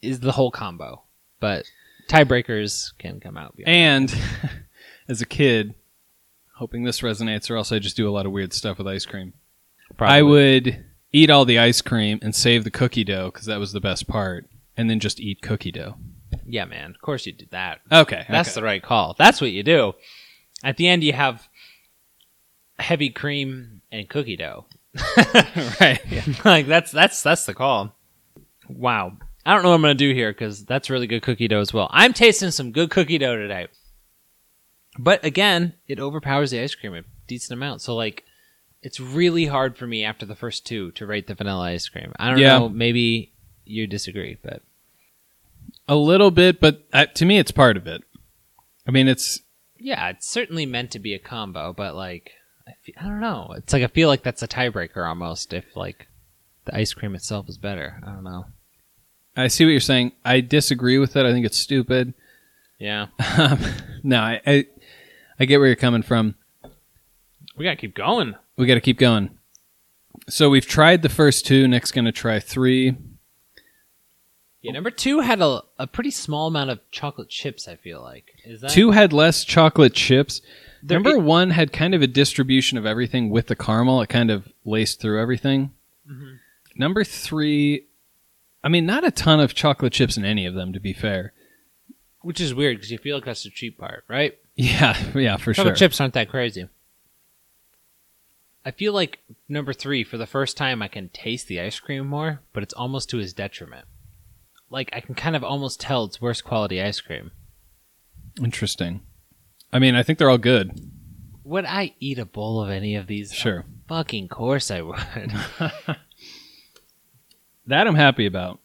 [SPEAKER 1] is the whole combo, but tiebreakers can come out. beyond.
[SPEAKER 2] And [LAUGHS] as a kid, hoping this resonates, or else I just do a lot of weird stuff with ice cream. I
[SPEAKER 1] Probably.
[SPEAKER 2] would eat all the ice cream and save the cookie dough because that was the best part, and then just eat cookie dough.
[SPEAKER 1] Yeah, man. Of course you did that.
[SPEAKER 2] Okay,
[SPEAKER 1] That's
[SPEAKER 2] okay.
[SPEAKER 1] the right call. That's what you do. At the end, you have heavy cream and cookie dough.
[SPEAKER 2] [LAUGHS] right.
[SPEAKER 1] [LAUGHS] like that's that's that's the call. Wow. I don't know what I'm gonna do here because that's really good cookie dough as well. I'm tasting some good cookie dough today. But again, it overpowers the ice cream a decent amount. So like, it's really hard for me after the first two to rate the vanilla ice cream. I don't
[SPEAKER 2] Yeah.
[SPEAKER 1] know. Maybe you disagree, but
[SPEAKER 2] A little bit, but uh, to me, it's part of it. I mean, it's
[SPEAKER 1] yeah, it's certainly meant to be a combo, but like, I, fe- I don't know. It's like I feel like that's a tiebreaker almost. If like the ice cream itself is better, I don't know.
[SPEAKER 2] I see what you're saying. I disagree with it. I think it's stupid. [LAUGHS]
[SPEAKER 1] Yeah,
[SPEAKER 2] Um, no, I, I I get where you're coming from.
[SPEAKER 1] we gotta keep going.
[SPEAKER 2] We got to keep going. So we've tried the first two. Nick's going to try three.
[SPEAKER 1] Yeah, number two had a, a pretty small amount of chocolate chips. I feel like is that
[SPEAKER 2] Two had less chocolate chips.
[SPEAKER 1] There- e
[SPEAKER 2] Number one had kind of a distribution of everything with the caramel. It kind of laced through everything.
[SPEAKER 1] Mhm.
[SPEAKER 2] Number three, I mean, not a ton of chocolate chips in any of them, to be fair.
[SPEAKER 1] which is weird because you feel like that's the cheap part, right?
[SPEAKER 2] Yeah, [LAUGHS] yeah, for
[SPEAKER 1] Chocolate
[SPEAKER 2] sure.
[SPEAKER 1] chips aren't that crazy. I feel like number three for the first time I can taste the ice cream more, but it's almost to his detriment. Like I can kind of almost tell it's worse quality ice cream.
[SPEAKER 2] Interesting. I mean, I think they're all good.
[SPEAKER 1] Would I eat a bowl of any of these?
[SPEAKER 2] Sure.
[SPEAKER 1] Fucking course I would. [LAUGHS]
[SPEAKER 2] That I'm happy about.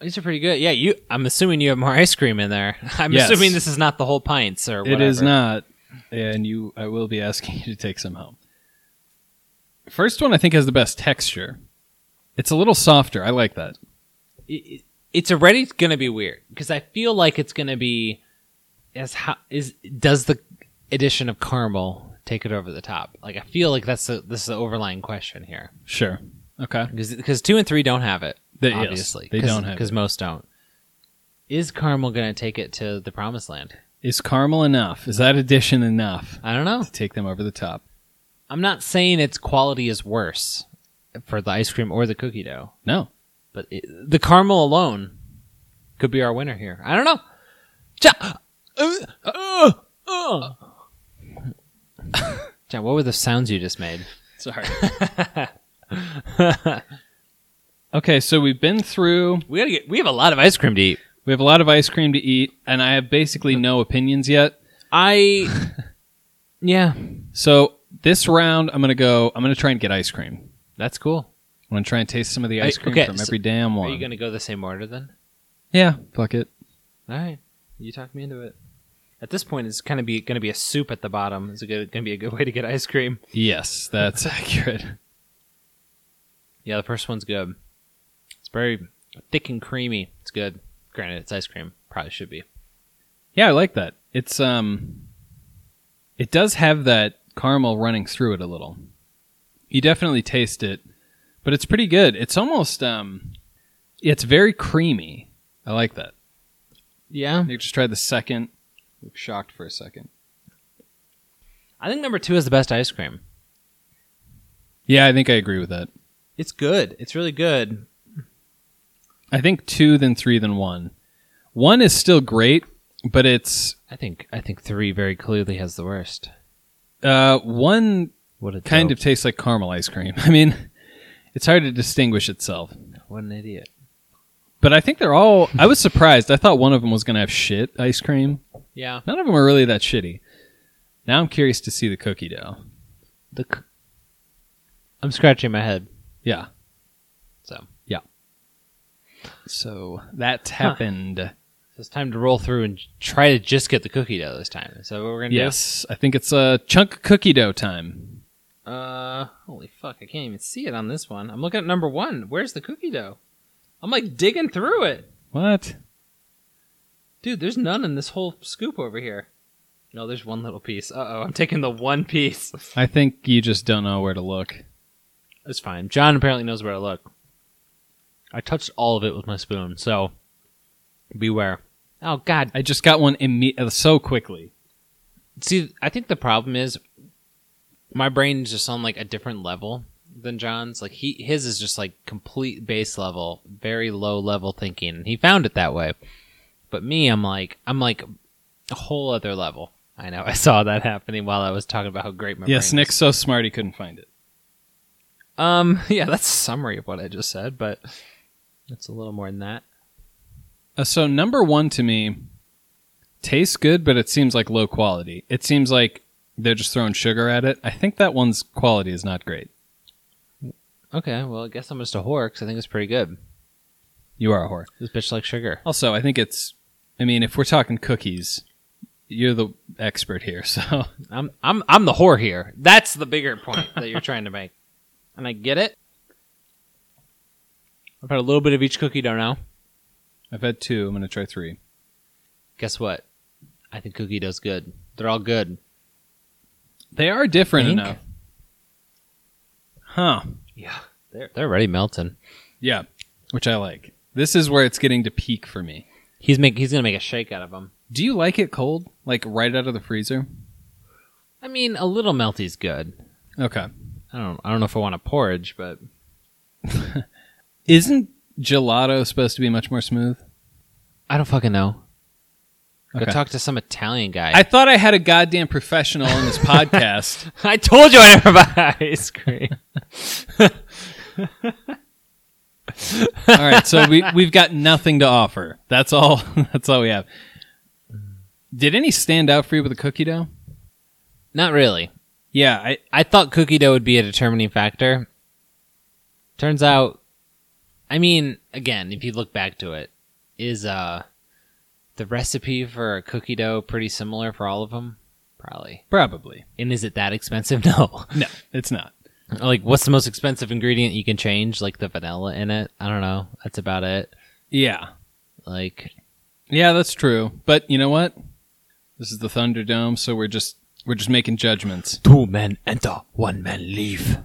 [SPEAKER 1] These are pretty good. Yeah, you. I'm assuming you have more ice cream in there. [LAUGHS] I'm
[SPEAKER 2] Yes.
[SPEAKER 1] assuming this is not the whole pints or whatever.
[SPEAKER 2] It is not, and you. I will be asking [LAUGHS] you to take some home. First one, I think, has the best texture. It's a little softer. I like that.
[SPEAKER 1] It- it, it's already going to be weird because I feel like it's going to be as how is does the addition of caramel take it over the top? Like I feel like that's the this is the overlying question here
[SPEAKER 2] Sure. Okay.
[SPEAKER 1] because two and three don't have it
[SPEAKER 2] They- yes,
[SPEAKER 1] obviously
[SPEAKER 2] they don't have
[SPEAKER 1] because most don't. Is caramel going to take it to the promised land?
[SPEAKER 2] Is caramel enough? Is that addition enough
[SPEAKER 1] I don't know.
[SPEAKER 2] to take them over the top?
[SPEAKER 1] I'm not saying its quality is worse for the ice cream or the cookie dough.
[SPEAKER 2] No.
[SPEAKER 1] But it, the caramel alone could be our winner here. I don't know. uh, John, [LAUGHS] John uh. what were the sounds you just made?
[SPEAKER 2] Sorry. [LAUGHS] okay, so we've been through.
[SPEAKER 1] We gotta get. We have a lot of ice cream to eat.
[SPEAKER 2] We have a lot of ice cream to eat, and I have basically no opinions yet.
[SPEAKER 1] I. [LAUGHS] yeah,
[SPEAKER 2] So this round, I'm gonna go. I'm gonna try and get ice cream.
[SPEAKER 1] that's cool.
[SPEAKER 2] I'm gonna try and taste some of the
[SPEAKER 1] Are-
[SPEAKER 2] ice cream
[SPEAKER 1] okay,
[SPEAKER 2] from
[SPEAKER 1] so
[SPEAKER 2] every damn
[SPEAKER 1] Are
[SPEAKER 2] one.
[SPEAKER 1] you gonna go the same order then?
[SPEAKER 2] yeah, fuck it.
[SPEAKER 1] All right, you talked me into it. At this point, it's kind of be gonna be a soup at the bottom. It's gonna gonna be a good way to get ice cream.
[SPEAKER 2] Yes, that's [LAUGHS] accurate.
[SPEAKER 1] Yeah, the first one's good. It's very thick and creamy. It's good. Granted, it's ice cream. Probably should be.
[SPEAKER 2] Yeah, I like that. It's um it does have that caramel running through it a little. You definitely taste it, but it's pretty good. It's almost um it's very creamy. I like that.
[SPEAKER 1] Yeah.
[SPEAKER 2] You just tried the second. I'm shocked for a second.
[SPEAKER 1] I think number two is the best ice cream.
[SPEAKER 2] Yeah, I think I agree with that.
[SPEAKER 1] It's good. It's really good.
[SPEAKER 2] I think two then three then one. One is still great, but it's
[SPEAKER 1] I think I think three very clearly has the worst.
[SPEAKER 2] uh one
[SPEAKER 1] What a
[SPEAKER 2] kind of tastes like caramel ice cream. [LAUGHS] I mean, it's hard to distinguish itself.
[SPEAKER 1] what an idiot.
[SPEAKER 2] But I think they're all. I was surprised. I thought one of them was going to have shit ice cream.
[SPEAKER 1] Yeah.
[SPEAKER 2] None of them are really that shitty. Now I'm curious to see the cookie dough.
[SPEAKER 1] The c- I'm scratching my head.
[SPEAKER 2] Yeah.
[SPEAKER 1] So.
[SPEAKER 2] Yeah. So that happened.
[SPEAKER 1] it's time to roll through and try to just get the cookie dough this time. Is that what we're gonna
[SPEAKER 2] Yes, I think it's a uh, chunk cookie dough time.
[SPEAKER 1] do? Uh, holy fuck! I can't even see it on this one. I'm looking at number one. Where's the cookie dough? I'm like digging through it,
[SPEAKER 2] What?
[SPEAKER 1] dude. There's none in this whole scoop over here. No, there's one little piece. Uh oh, I'm taking the one piece. [LAUGHS]
[SPEAKER 2] I think you just don't know where to look.
[SPEAKER 1] It's fine. John apparently knows where to look. I touched all of it with my spoon, so beware. Oh God!
[SPEAKER 2] I just got one imme- uh, so quickly.
[SPEAKER 1] See, I think the problem is my brain's just on like a different level than John's. Like he his is just like complete base level, very low level thinking. He found it that way. But me, I'm like I'm like a whole other level. I know. [LAUGHS] I saw that happening while I was talking about how great my
[SPEAKER 2] yes,
[SPEAKER 1] brain is.
[SPEAKER 2] Nick's so smart he couldn't find it.
[SPEAKER 1] Um, [LAUGHS] yeah, that's a summary of what I just said, but it's a little more than that.
[SPEAKER 2] Uh, so number one to me tastes good, but it seems like low quality. It seems like they're just throwing sugar at it. I think that one's quality is not great.
[SPEAKER 1] Okay, well, I guess I'm just a whore because I think it's pretty good.
[SPEAKER 2] You are a whore.
[SPEAKER 1] This bitch likes sugar.
[SPEAKER 2] Also, I think it's. I mean, if we're talking cookies, you're the expert here. [LAUGHS] So
[SPEAKER 1] I'm I'm I'm the whore here. That's the bigger point that you're trying to make, and I get it. I've had a little bit of each cookie dough now.
[SPEAKER 2] I've had two. I'm gonna try three.
[SPEAKER 1] Guess what? I think cookie dough's good. They're all good.
[SPEAKER 2] They are different
[SPEAKER 1] Think?
[SPEAKER 2] enough. Huh.
[SPEAKER 1] Yeah, they're they're already melting.
[SPEAKER 2] Yeah. Which I like. This is where it's getting to peak for me.
[SPEAKER 1] He's make he's gonna make a shake out of them.
[SPEAKER 2] Do you like it cold? Like right out of the freezer?
[SPEAKER 1] I mean, a little melty's good.
[SPEAKER 2] Okay.
[SPEAKER 1] I don't I don't know if I want a porridge, but
[SPEAKER 2] Isn't gelato supposed to be much more smooth?
[SPEAKER 1] I don't fucking know. Go
[SPEAKER 2] Okay.
[SPEAKER 1] talk to some Italian guy.
[SPEAKER 2] I thought I had a goddamn professional on [LAUGHS] this podcast.
[SPEAKER 1] I told you I never buy ice cream.
[SPEAKER 2] All right, so we we've got nothing to offer. That's all. [LAUGHS] That's all we have. Did any stand out for you with the cookie dough?
[SPEAKER 1] [LAUGHS] Not really.
[SPEAKER 2] Yeah, I
[SPEAKER 1] I thought cookie dough would be a determining factor. Turns out, I mean, again, if you look back to it, is uh the recipe for a cookie dough pretty similar for all of them? Probably.
[SPEAKER 2] probably
[SPEAKER 1] And is it that expensive? [LAUGHS] No.
[SPEAKER 2] no. It's not.
[SPEAKER 1] like, what's the most expensive ingredient you can change? Like the vanilla in it? I don't know. That's about it.
[SPEAKER 2] Yeah,
[SPEAKER 1] Like,
[SPEAKER 2] yeah, that's true. But you know what? This is the Thunderdome, so we're just we're just making judgments.
[SPEAKER 1] two men enter, one man leave.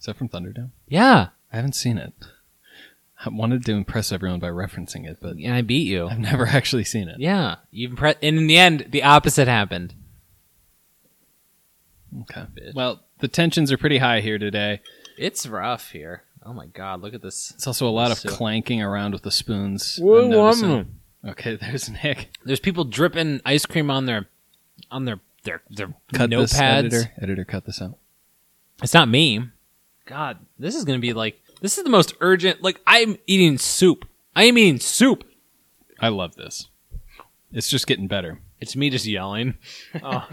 [SPEAKER 2] Is that from Thunderdome?
[SPEAKER 1] Yeah.
[SPEAKER 2] I haven't seen it. I wanted to impress everyone by referencing it, but
[SPEAKER 1] And I beat you.
[SPEAKER 2] I've never [LAUGHS] actually seen it.
[SPEAKER 1] Yeah. You impre- and in the end, the opposite happened.
[SPEAKER 2] Okay. Well, the tensions are pretty high here today.
[SPEAKER 1] It's rough here. Oh my god, look at this.
[SPEAKER 2] It's also a lot of
[SPEAKER 1] So-
[SPEAKER 2] clanking around with the spoons. I'm
[SPEAKER 1] Whoa,
[SPEAKER 2] noticing.
[SPEAKER 1] woman.
[SPEAKER 2] Okay, [LAUGHS] there's Nick.
[SPEAKER 1] There's people dripping ice cream on their on their their their
[SPEAKER 2] Cut this,
[SPEAKER 1] notepads.
[SPEAKER 2] editor. Editor, cut this out.
[SPEAKER 1] It's not me. God, this is gonna be like this is the most urgent. Like I'm eating soup. I am eating soup.
[SPEAKER 2] I love this. It's just getting better.
[SPEAKER 1] It's me just yelling. Oh.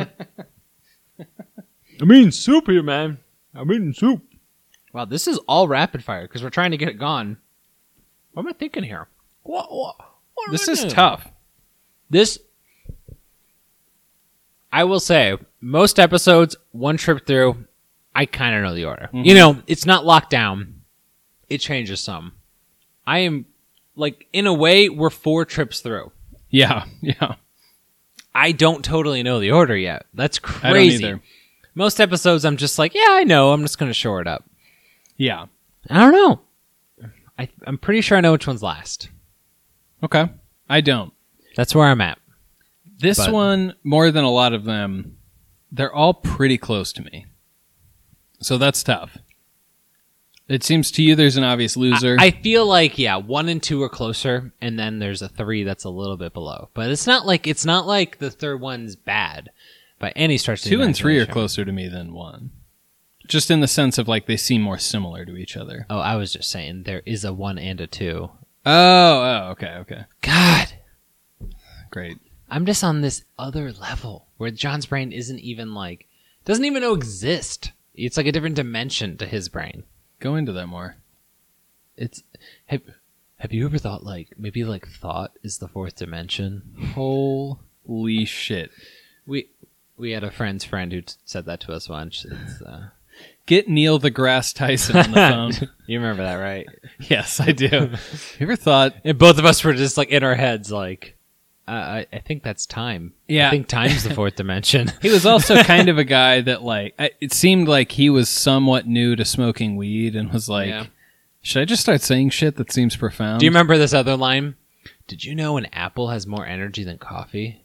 [SPEAKER 1] I'm eating soup here, man. I'm eating soup. Wow, this is all rapid fire because we're trying to get it gone. What am I thinking here? What, what, what am
[SPEAKER 2] This
[SPEAKER 1] I
[SPEAKER 2] is
[SPEAKER 1] doing?
[SPEAKER 2] tough.
[SPEAKER 1] This, I will say, most episodes, one trip through, I kind of know the order.
[SPEAKER 2] Mm-hmm.
[SPEAKER 1] You know, it's not locked down. It changes some. I am, like, in a way, we're four trips through.
[SPEAKER 2] Yeah, [LAUGHS] yeah.
[SPEAKER 1] I don't totally know the order yet. That's crazy.
[SPEAKER 2] I don't either.
[SPEAKER 1] Most episodes, I'm just like, yeah, I know. I'm just going to shore it up.
[SPEAKER 2] Yeah.
[SPEAKER 1] I don't know. I, I'm pretty sure I know which one's last.
[SPEAKER 2] Okay. I don't.
[SPEAKER 1] That's where I'm at.
[SPEAKER 2] This
[SPEAKER 1] But-
[SPEAKER 2] one, more than a lot of them, they're all pretty close to me. So that's tough. It seems to you there's an obvious loser.
[SPEAKER 1] I, I feel like yeah, one and two are closer, and then there's a three that's a little bit below. But it's not like it's not like the third one's bad by any stretch. Of the
[SPEAKER 2] Two and three are
[SPEAKER 1] imagination.
[SPEAKER 2] closer to me than one. Just in the sense of like they seem more similar to each other.
[SPEAKER 1] Oh, I was just saying there is a one and a two.
[SPEAKER 2] Oh, oh, okay, okay.
[SPEAKER 1] God,
[SPEAKER 2] Great.
[SPEAKER 1] I'm just on this other level where John's brain isn't even like doesn't even know exist. It's like a different dimension to his brain.
[SPEAKER 2] Go into that more.
[SPEAKER 1] It's have, Have you ever thought like maybe like thought is the fourth dimension?
[SPEAKER 2] Holy shit.
[SPEAKER 1] We we had a friend's friend who t- said that to us once. It's, uh,
[SPEAKER 2] Get Neil deGrasse Tyson on
[SPEAKER 1] [LAUGHS]
[SPEAKER 2] the phone. [LAUGHS]
[SPEAKER 1] you remember that, right?
[SPEAKER 2] yes, I do. you ever thought
[SPEAKER 1] And both of us were just like in our heads, like uh, I I think that's time.
[SPEAKER 2] Yeah.
[SPEAKER 1] I think time's [LAUGHS] the fourth dimension.
[SPEAKER 2] He
[SPEAKER 1] [LAUGHS]
[SPEAKER 2] was also kind of a guy that like I- it seemed like he was somewhat new to smoking weed and was like,
[SPEAKER 1] Yeah.
[SPEAKER 2] should I just start saying shit that seems profound?
[SPEAKER 1] Do you remember this other line? Did you know an apple has more energy than coffee?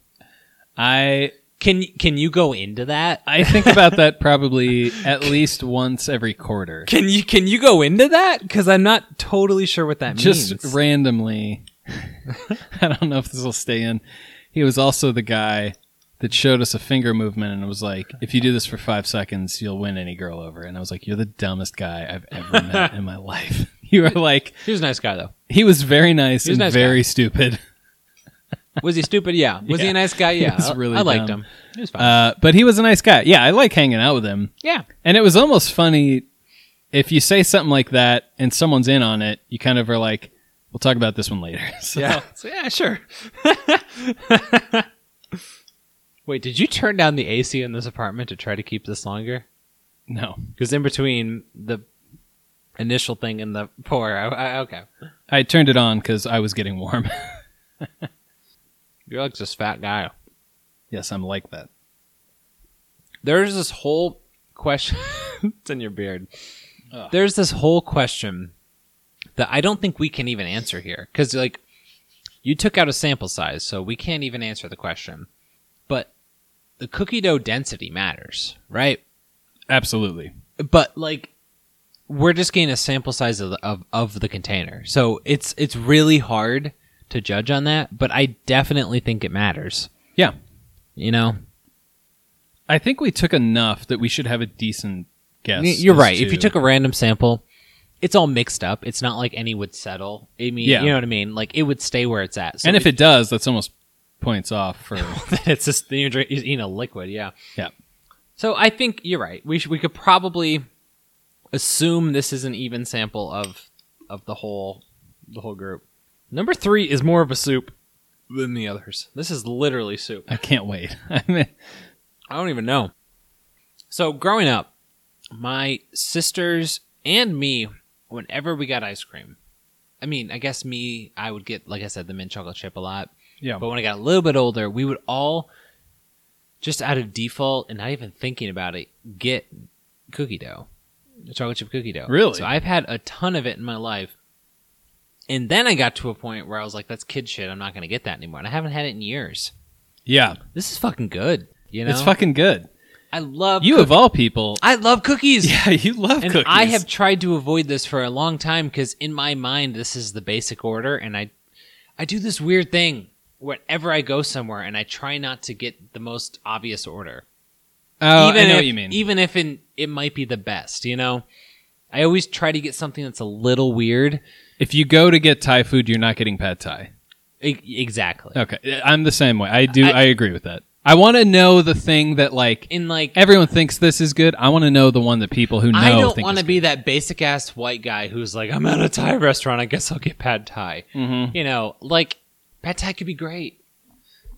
[SPEAKER 2] I
[SPEAKER 1] Can can you go into that?
[SPEAKER 2] I think about that probably at least once every quarter,
[SPEAKER 1] Can you can you go into that? Because I'm not totally sure what that
[SPEAKER 2] just
[SPEAKER 1] means.
[SPEAKER 2] randomly. [LAUGHS] I don't know if this will stay in. He was also the guy that showed us a finger movement and was like, if you do this for five seconds, you'll win any girl over. And I was like, you're the dumbest guy I've
[SPEAKER 1] [LAUGHS]
[SPEAKER 2] ever met in my life. [LAUGHS] You were like,
[SPEAKER 1] he was a nice guy though.
[SPEAKER 2] he was very nice
[SPEAKER 1] He was
[SPEAKER 2] and
[SPEAKER 1] a nice guy.
[SPEAKER 2] very stupid.
[SPEAKER 1] Was he stupid? Yeah. Was he
[SPEAKER 2] Yeah.
[SPEAKER 1] a nice guy? Yeah.
[SPEAKER 2] was
[SPEAKER 1] I-
[SPEAKER 2] really
[SPEAKER 1] I liked
[SPEAKER 2] dumb.
[SPEAKER 1] him. He was fine.
[SPEAKER 2] Uh, but he was a nice guy. Yeah, I like hanging out with him.
[SPEAKER 1] yeah.
[SPEAKER 2] And it was almost funny if you say something like that and someone's in on it, you kind of are like, we'll talk about this one later. [LAUGHS]
[SPEAKER 1] [LAUGHS] [LAUGHS]
[SPEAKER 2] So-
[SPEAKER 1] Yeah. So, yeah, sure. Wait, did you turn down the AC in this apartment to try to keep this longer?
[SPEAKER 2] No.
[SPEAKER 1] Because in between the initial thing and the pour, I, I, okay,
[SPEAKER 2] I turned it on because I was getting warm. [LAUGHS]
[SPEAKER 1] you're like this fat guy.
[SPEAKER 2] yes, I'm like that.
[SPEAKER 1] There's this whole question. [LAUGHS] it's in your beard.
[SPEAKER 2] Ugh.
[SPEAKER 1] There's this whole question that I don't think we can even answer here because like you took out a sample size, so we can't even answer the question. But the cookie dough density matters, right?
[SPEAKER 2] Absolutely.
[SPEAKER 1] but like we're just getting a sample size of the, of, of the container so it's it's really hard to judge on that but i definitely think it matters
[SPEAKER 2] Yeah.
[SPEAKER 1] you know
[SPEAKER 2] I think we took enough that we should have a decent guess.
[SPEAKER 1] you're
[SPEAKER 2] as
[SPEAKER 1] right
[SPEAKER 2] to-
[SPEAKER 1] if you took a random sample it's all mixed up it's not like any would settle i mean
[SPEAKER 2] Yeah.
[SPEAKER 1] you know what i mean like it would stay where it's at so
[SPEAKER 2] and if it does, that's almost points off for.
[SPEAKER 1] [LAUGHS] it's just then you're drink- you're eating a liquid yeah
[SPEAKER 2] yeah.
[SPEAKER 1] so i think you're right we, sh- we could probably assume this is an even sample of of the whole the whole group. Number three is more of a soup than the others. This is literally soup.
[SPEAKER 2] I can't wait. [LAUGHS] I mean,
[SPEAKER 1] I don't even know. So growing up, my sisters and me, whenever we got ice cream, I mean, I guess me, I would get like I said the mint chocolate chip a lot.
[SPEAKER 2] yeah.
[SPEAKER 1] But when I got a little bit older, we would all just out of default and not even thinking about it get cookie dough, chocolate chip cookie dough.
[SPEAKER 2] Really?
[SPEAKER 1] So I've had a ton of it in my life. And then I got to a point where I was like, that's kid shit. I'm not going to get that anymore. And I haven't had it in years.
[SPEAKER 2] yeah.
[SPEAKER 1] This is fucking good. You know?
[SPEAKER 2] It's fucking good.
[SPEAKER 1] I love
[SPEAKER 2] You,
[SPEAKER 1] coo-
[SPEAKER 2] of all people.
[SPEAKER 1] I love cookies.
[SPEAKER 2] [LAUGHS] Yeah, you love
[SPEAKER 1] And
[SPEAKER 2] cookies.
[SPEAKER 1] I have tried to avoid this for a long time because in my mind this is the basic order, and I, I do this weird thing whenever I go somewhere, and I try not to get the most obvious order.
[SPEAKER 2] Oh, I know
[SPEAKER 1] if,
[SPEAKER 2] what you mean.
[SPEAKER 1] Even if in, it might be the best, you know. I always try to get something that's a little weird.
[SPEAKER 2] If you go to get Thai food, you're not getting pad Thai.
[SPEAKER 1] E- exactly.
[SPEAKER 2] Okay, I'm the same way. I do. I,
[SPEAKER 1] I-
[SPEAKER 2] agree with that. I want to know the thing that like
[SPEAKER 1] In like,
[SPEAKER 2] everyone thinks this is good. I want to know the one that people who know.
[SPEAKER 1] I don't
[SPEAKER 2] think
[SPEAKER 1] want to
[SPEAKER 2] is
[SPEAKER 1] be that basic ass white guy who's like, I'm at a Thai restaurant. I guess I'll get pad Thai.
[SPEAKER 2] Good. Mhm.
[SPEAKER 1] you know, like pad thai could be great.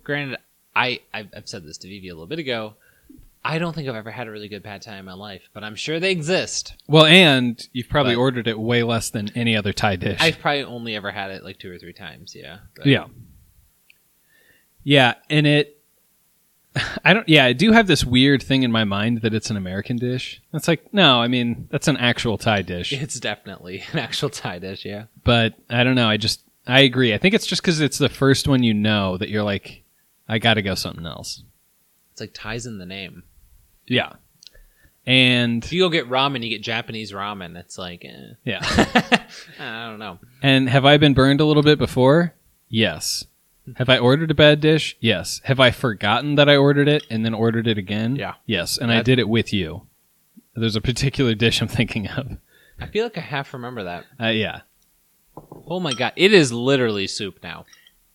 [SPEAKER 1] Granted, I I've, I've said this to Vivi a little bit ago. I don't think I've ever had a really good pad thai in my life, but I'm sure they exist.
[SPEAKER 2] Well, and you've probably
[SPEAKER 1] But-
[SPEAKER 2] ordered it way less than any other Thai dish.
[SPEAKER 1] I've probably only ever had it like two or three times. Yeah. But-
[SPEAKER 2] yeah, yeah, and it. [LAUGHS] I don't. Yeah, I do have this weird thing in my mind that it's an American dish. It's like no, I mean that's an actual Thai dish.
[SPEAKER 1] It's definitely an actual Thai dish, yeah.
[SPEAKER 2] but I don't know. I just I agree. I think it's just because it's the first one you know that you're like, I got to go something else.
[SPEAKER 1] It's like Thai's in the name.
[SPEAKER 2] Yeah, and
[SPEAKER 1] If you go get ramen, you get Japanese ramen. It's like, eh.
[SPEAKER 2] yeah,
[SPEAKER 1] I don't know.
[SPEAKER 2] and have I been burned a little bit before? Yes. Have I ordered a bad dish? Yes. Have I forgotten that I ordered it and then ordered it again?
[SPEAKER 1] Yeah.
[SPEAKER 2] Yes, and I
[SPEAKER 1] That-
[SPEAKER 2] did it with you. There's a particular [LAUGHS] dish I'm thinking of.
[SPEAKER 1] I feel like I half remember that.
[SPEAKER 2] Uh, yeah.
[SPEAKER 1] Oh my god, it is literally soup
[SPEAKER 2] [LAUGHS]
[SPEAKER 1] now.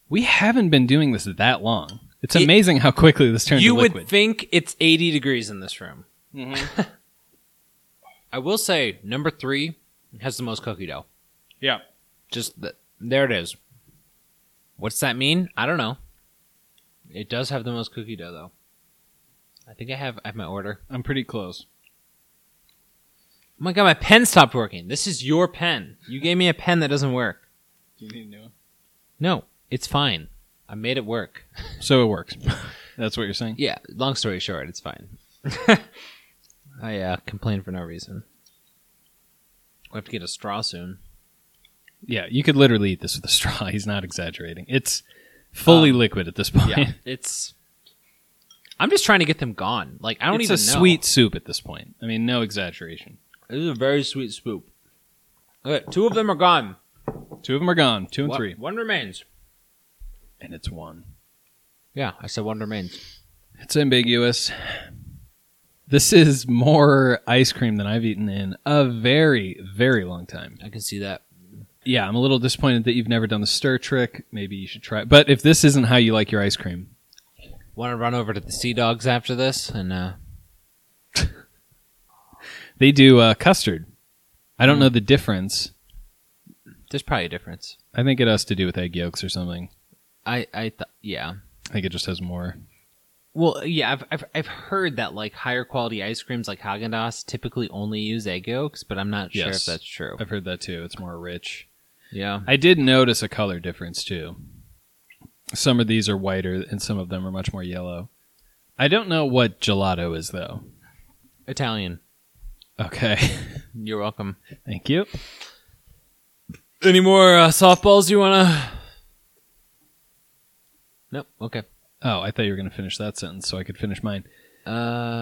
[SPEAKER 2] We haven't been doing this that long. It's
[SPEAKER 1] It-
[SPEAKER 2] amazing how quickly this turns
[SPEAKER 1] you
[SPEAKER 2] to liquid.
[SPEAKER 1] would Mm-hmm. think it's 80 degrees in this room. I will say number three has the most cookie dough.
[SPEAKER 2] [LAUGHS] Yeah.
[SPEAKER 1] Just the, There it is. What's that mean? I don't know. It does have the most cookie dough though. I think I have I have my order.
[SPEAKER 2] I'm pretty close.
[SPEAKER 1] Oh my god, my pen stopped working. This is your pen. You gave me a pen that doesn't work.
[SPEAKER 2] Do you need a new one?
[SPEAKER 1] No, it's fine. I made it work.
[SPEAKER 2] So it works. That's what you're saying.
[SPEAKER 1] Yeah, long story short, it's fine. [LAUGHS] I uh, complained for no reason. We have to get a straw soon.
[SPEAKER 2] Yeah, you could literally eat this with a straw. [LAUGHS] He's not exaggerating. It's fully
[SPEAKER 1] Um,
[SPEAKER 2] liquid at this point. [LAUGHS]
[SPEAKER 1] Yeah, it's. I'm just trying to get them gone. Like I don't
[SPEAKER 2] it's
[SPEAKER 1] even
[SPEAKER 2] a
[SPEAKER 1] know.
[SPEAKER 2] sweet soup at this point. I mean, no exaggeration.
[SPEAKER 1] This is a very sweet swoop. Okay, two of them are gone.
[SPEAKER 2] Two of them are gone. Two and
[SPEAKER 1] One-
[SPEAKER 2] three,
[SPEAKER 1] One remains.
[SPEAKER 2] and it's one.
[SPEAKER 1] Yeah, I said one remains.
[SPEAKER 2] It's ambiguous. This is more ice cream than I've eaten in a very, very long time.
[SPEAKER 1] I can see that.
[SPEAKER 2] Yeah, I'm a little disappointed that you've never done the stir trick. Maybe you should try. it. But if this isn't how you like your ice cream,
[SPEAKER 1] Want to run over to the Sea Dogs after this and uh,
[SPEAKER 2] they do uh, custard. I
[SPEAKER 1] Hmm.
[SPEAKER 2] don't know the difference.
[SPEAKER 1] there's probably a difference.
[SPEAKER 2] I think it has to do with egg yolks or something.
[SPEAKER 1] I I th- yeah.
[SPEAKER 2] I think it just has more.
[SPEAKER 1] Well, yeah, I've, I've I've heard that like higher quality ice creams like Haagen Dazs typically only use egg yolks, but I'm not sure if
[SPEAKER 2] Yes.
[SPEAKER 1] that's true.
[SPEAKER 2] I've heard that too. It's more rich.
[SPEAKER 1] Yeah.
[SPEAKER 2] I did notice a color difference too. Some of these are whiter and some of them are much more yellow. I don't know what gelato is though.
[SPEAKER 1] Italian.
[SPEAKER 2] Okay. [LAUGHS]
[SPEAKER 1] You're welcome.
[SPEAKER 2] Thank you.
[SPEAKER 1] Any more uh, softballs you want to Nope. Okay.
[SPEAKER 2] Oh, I thought you were going to finish that sentence so I could finish mine.
[SPEAKER 1] Uh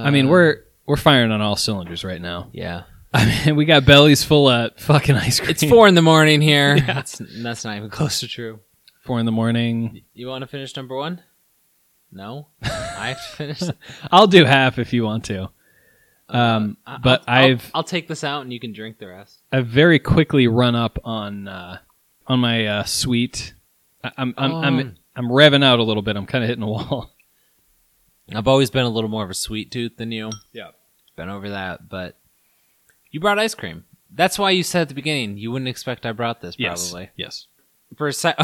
[SPEAKER 2] I mean,
[SPEAKER 1] Um,
[SPEAKER 2] we're we're firing on all cylinders right now. [LAUGHS]
[SPEAKER 1] yeah.
[SPEAKER 2] I mean, we got bellies full of fucking ice cream.
[SPEAKER 1] It's 4 in the morning here. That's that's not even close to true.
[SPEAKER 2] [LAUGHS] four in the morning.
[SPEAKER 1] You want to finish number 1? [LAUGHS] No. I have to finish.
[SPEAKER 2] I'll do half if you want to. Um,
[SPEAKER 1] I-
[SPEAKER 2] but
[SPEAKER 1] I'll- I'll-
[SPEAKER 2] I've-
[SPEAKER 1] I'll take this out and you can drink the rest.
[SPEAKER 2] I've very quickly run up on uh, on my uh, sweet. I- I'm I'm,
[SPEAKER 1] Oh.
[SPEAKER 2] I'm I'm revving out a little bit. I'm kind of hitting a wall.
[SPEAKER 1] I've always been a little more of a sweet tooth than you.
[SPEAKER 2] Yeah.
[SPEAKER 1] Been over that, but you brought ice cream. That's why you said at the beginning you wouldn't expect I brought this probably.
[SPEAKER 2] Yes.
[SPEAKER 1] For a sec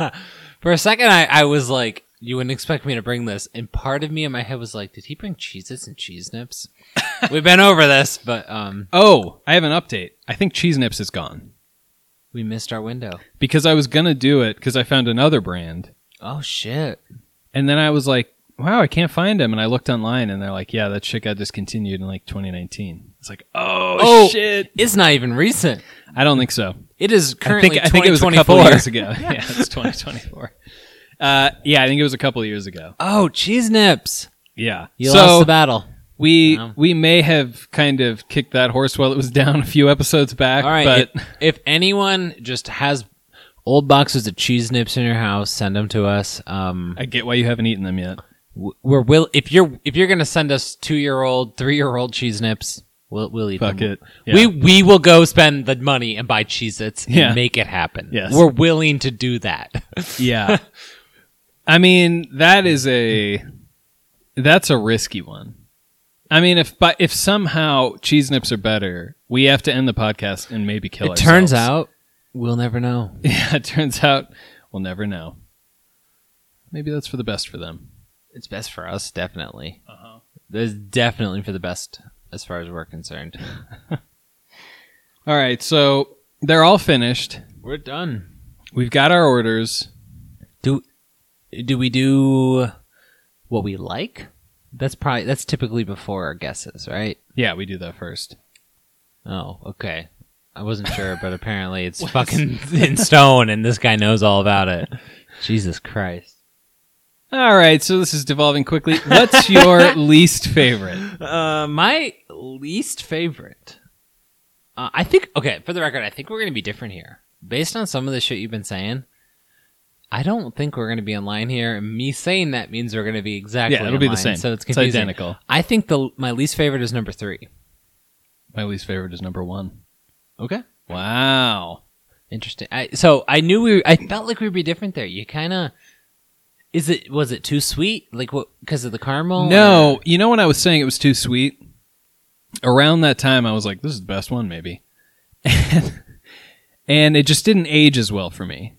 [SPEAKER 1] [LAUGHS] For a second I, I was like, you wouldn't expect me to bring this. And part of me in my head was like, did he bring cheeses and cheese
[SPEAKER 2] [LAUGHS]
[SPEAKER 1] nips? We've been over this, but um
[SPEAKER 2] Oh, I have an update. I think Cheese Nips is gone
[SPEAKER 1] we missed our window.
[SPEAKER 2] because I was gonna do it because I found another brand,
[SPEAKER 1] Oh shit.
[SPEAKER 2] and then I was like, "Wow, I can't find them." And I looked online, and they're like, "Yeah, that shit got discontinued in like 2019." It's like, "Oh,
[SPEAKER 1] Oh.
[SPEAKER 2] shit!"
[SPEAKER 1] It's not even recent.
[SPEAKER 2] I don't think so.
[SPEAKER 1] It is
[SPEAKER 2] I
[SPEAKER 1] currently
[SPEAKER 2] think I think it was a couple
[SPEAKER 1] 2024.
[SPEAKER 2] years
[SPEAKER 1] [LAUGHS]
[SPEAKER 2] ago. [LAUGHS] yeah, it's 2024. Uh, yeah, I think it was a couple of years ago.
[SPEAKER 1] Oh, cheese nips.
[SPEAKER 2] Yeah.
[SPEAKER 1] You
[SPEAKER 2] so
[SPEAKER 1] lost the battle.
[SPEAKER 2] we
[SPEAKER 1] No.
[SPEAKER 2] we may have kind of kicked that horse while it was [LAUGHS] down a few episodes back.
[SPEAKER 1] All right.
[SPEAKER 2] but
[SPEAKER 1] if, if anyone just has old boxes of cheese nips in your house, send them to us. Um,
[SPEAKER 2] [LAUGHS] I get why you haven't eaten them yet.
[SPEAKER 1] w- we're will if you're if you're gonna send us two year old, three year old cheese nips, we'll we'll eat
[SPEAKER 2] Fuck
[SPEAKER 1] them.
[SPEAKER 2] it. Yeah.
[SPEAKER 1] Um, We we will go spend the money and buy Cheez Its and
[SPEAKER 2] Yeah.
[SPEAKER 1] make it happen.
[SPEAKER 2] Yes.
[SPEAKER 1] We're willing to do that.
[SPEAKER 2] yeah. [LAUGHS] I mean, that is a that's a risky one. I mean, if but if somehow cheese nips are better, we have to end the podcast and maybe kill.
[SPEAKER 1] it turns
[SPEAKER 2] ourselves.
[SPEAKER 1] out we'll never know.
[SPEAKER 2] [LAUGHS] yeah, it turns out we'll never know. Maybe that's for the best for them.
[SPEAKER 1] It's best for us, definitely.
[SPEAKER 2] Uh-huh.
[SPEAKER 1] That's definitely for the best as far as we're concerned.
[SPEAKER 2] All right, so they're all finished.
[SPEAKER 1] We're done.
[SPEAKER 2] We've got our orders.
[SPEAKER 1] Do we do what we like? That's probably that's typically before our guesses, right?
[SPEAKER 2] Yeah, we do that first.
[SPEAKER 1] Oh, okay. I wasn't sure, but apparently it's fucking in stone, and this guy knows all about it. Jesus Christ!
[SPEAKER 2] All right, so this is
[SPEAKER 1] [LAUGHS]
[SPEAKER 2] devolving quickly. What's your least favorite?
[SPEAKER 1] Uh, my least favorite. Uh, I think. Okay, for the record, I think we're gonna be different here. Based on some of the shit you've been saying, I don't think we're gonna be in line here. And me saying that means we're gonna be exactly.
[SPEAKER 2] yeah, it'll
[SPEAKER 1] in
[SPEAKER 2] be the
[SPEAKER 1] line,
[SPEAKER 2] same.
[SPEAKER 1] So it's
[SPEAKER 2] it's
[SPEAKER 1] confusing.
[SPEAKER 2] identical.
[SPEAKER 1] I think the my least favorite is number three.
[SPEAKER 2] My least favorite is number one.
[SPEAKER 1] Okay.
[SPEAKER 2] Wow.
[SPEAKER 1] Interesting. I, so I knew we. I felt like we'd be different there. You kind of. Is it was it too sweet? Like what? Because of the caramel?
[SPEAKER 2] No,
[SPEAKER 1] or-
[SPEAKER 2] you know when I was saying it was too sweet. Around that time, I was like, "This is the best one, maybe." And, and it just didn't age as well for me.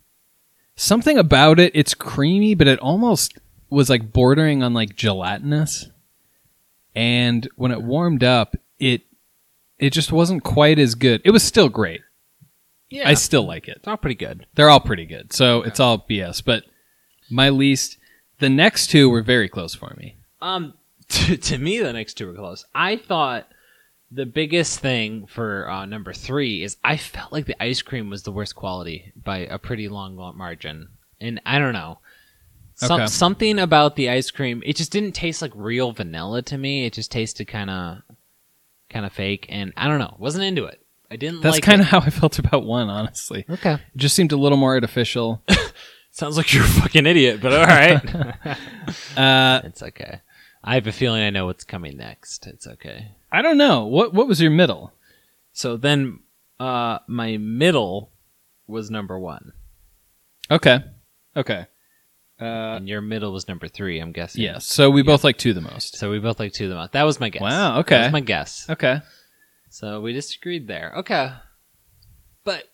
[SPEAKER 2] Something about it, it's creamy, but it almost was like bordering on like gelatinous. And when it warmed up, it it just wasn't quite as good. It was still great.
[SPEAKER 1] Yeah,
[SPEAKER 2] I
[SPEAKER 1] it's
[SPEAKER 2] still like it.
[SPEAKER 1] all pretty good.
[SPEAKER 2] They're all pretty good. So it's all BS, but my least the next two were very close for me.
[SPEAKER 1] Um, [LAUGHS] to, to me, the next two were close. I thought the biggest thing for uh, number three is I felt like the ice cream was the worst quality by a pretty long wa- margin, and I don't know. Some,
[SPEAKER 2] Okay.
[SPEAKER 1] Something about the ice cream, it just didn't taste like real vanilla to me. It just tasted kind of, kind of fake, and I don't know. Wasn't into it. I didn't.
[SPEAKER 2] That's
[SPEAKER 1] like
[SPEAKER 2] kind of how I felt about one, honestly.
[SPEAKER 1] of okay.
[SPEAKER 2] It just seemed a little more artificial.
[SPEAKER 1] Sounds like you're a fucking idiot, but all
[SPEAKER 2] [LAUGHS]
[SPEAKER 1] right,
[SPEAKER 2] Uh,
[SPEAKER 1] it's okay. I have a feeling I know what's coming next. It's okay.
[SPEAKER 2] I don't know. What what was your middle?
[SPEAKER 1] So then uh my middle was number 1
[SPEAKER 2] Okay. Okay. Uh,
[SPEAKER 1] and your middle was number 3, I'm guessing.
[SPEAKER 2] yes. So we both like two the most.
[SPEAKER 1] So we both like two of them out. That was my guess.
[SPEAKER 2] Wow,
[SPEAKER 1] That
[SPEAKER 2] okay.
[SPEAKER 1] was my guess.
[SPEAKER 2] Okay.
[SPEAKER 1] So we disagreed there. Okay. But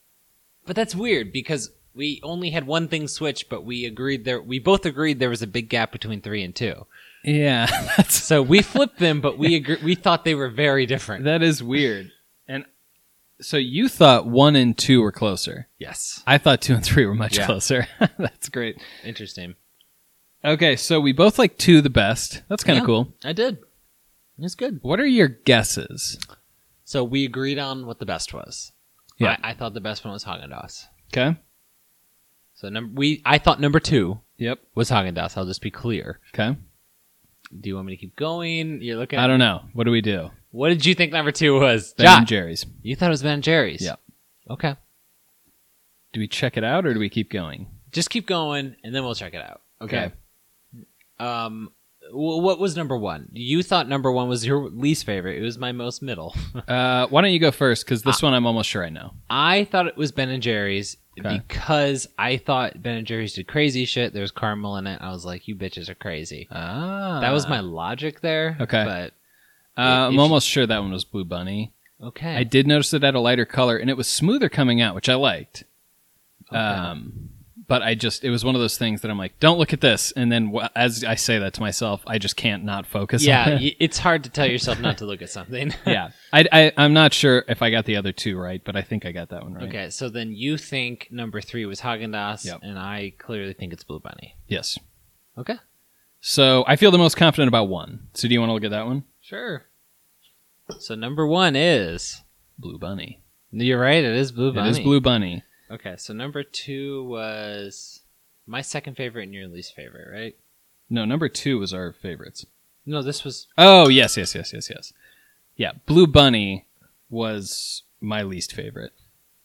[SPEAKER 1] but that's weird because we only had one thing switch, but we agreed there we both agreed there was a big gap between 3 and 2.
[SPEAKER 2] Yeah. [LAUGHS] That's
[SPEAKER 1] So we flipped them, but we agree, we thought they were very different.
[SPEAKER 2] that is weird. And so you thought one and two were closer.
[SPEAKER 1] Yes.
[SPEAKER 2] I thought two and three were much
[SPEAKER 1] Yeah.
[SPEAKER 2] closer. [LAUGHS] that's great.
[SPEAKER 1] Interesting.
[SPEAKER 2] Okay, so we both like two the best. That's kind of
[SPEAKER 1] Yeah.
[SPEAKER 2] cool.
[SPEAKER 1] I did. It's good.
[SPEAKER 2] What are your guesses?
[SPEAKER 1] So we agreed on what the best was.
[SPEAKER 2] Yeah.
[SPEAKER 1] I, I thought the best one was Haagen Dazs.
[SPEAKER 2] Okay.
[SPEAKER 1] So num- we, I thought number two
[SPEAKER 2] Yep.
[SPEAKER 1] was Haagen Dazs. I'll just be clear.
[SPEAKER 2] Okay.
[SPEAKER 1] Do you want me to keep going? You're looking.
[SPEAKER 2] I
[SPEAKER 1] At-
[SPEAKER 2] don't know. What do we do?
[SPEAKER 1] what did you think number two was?
[SPEAKER 2] Ben
[SPEAKER 1] Josh,
[SPEAKER 2] and Jerry's.
[SPEAKER 1] you thought it was Ben and Jerry's.
[SPEAKER 2] Yeah.
[SPEAKER 1] Okay.
[SPEAKER 2] Do we check it out or do we keep [LAUGHS] going?
[SPEAKER 1] Just keep going, and then we'll check it out. Okay. Um, w- what was number one? You thought number one was your least favorite. It was my most middle.
[SPEAKER 2] Uh, why don't you go first? Because this one I'm almost sure I know.
[SPEAKER 1] I thought it was Ben and Jerry's
[SPEAKER 2] Okay.
[SPEAKER 1] because I thought Ben and Jerry's did crazy shit. There was caramel in it. I was like, you bitches are crazy.
[SPEAKER 2] Ah,
[SPEAKER 1] That was my logic there.
[SPEAKER 2] Okay.
[SPEAKER 1] But
[SPEAKER 2] Uh,
[SPEAKER 1] If-
[SPEAKER 2] I'm almost sure that one was Blue Bunny.
[SPEAKER 1] okay.
[SPEAKER 2] I did notice it had a lighter color, and it was smoother coming out, which I liked.
[SPEAKER 1] Okay.
[SPEAKER 2] Um, but I just it was one of those things that I'm like, don't look at this, and then wh- as I say that to myself, I just can't not focus.
[SPEAKER 1] yeah,
[SPEAKER 2] on it.
[SPEAKER 1] y- it's hard to tell yourself not to look at something. [LAUGHS]
[SPEAKER 2] [LAUGHS] yeah. I, I I'm not sure if I got the other two right, but I think I got that one right.
[SPEAKER 1] Okay, so then you think number three was Haagen Dazs,
[SPEAKER 2] Yep.
[SPEAKER 1] and I clearly think it's Blue Bunny.
[SPEAKER 2] Yes.
[SPEAKER 1] Okay,
[SPEAKER 2] So I feel the most confident about one. So do you want to look at that one?
[SPEAKER 1] sure. So number one is
[SPEAKER 2] Blue Bunny.
[SPEAKER 1] you're right. It is Blue Bunny.
[SPEAKER 2] It is Blue Bunny.
[SPEAKER 1] Okay, so number two was my second favorite and your least favorite, right?
[SPEAKER 2] No, number two was our favorites.
[SPEAKER 1] No, this was
[SPEAKER 2] Oh yes, yes, yes, yes, yes. Yeah, Blue Bunny was my least favorite.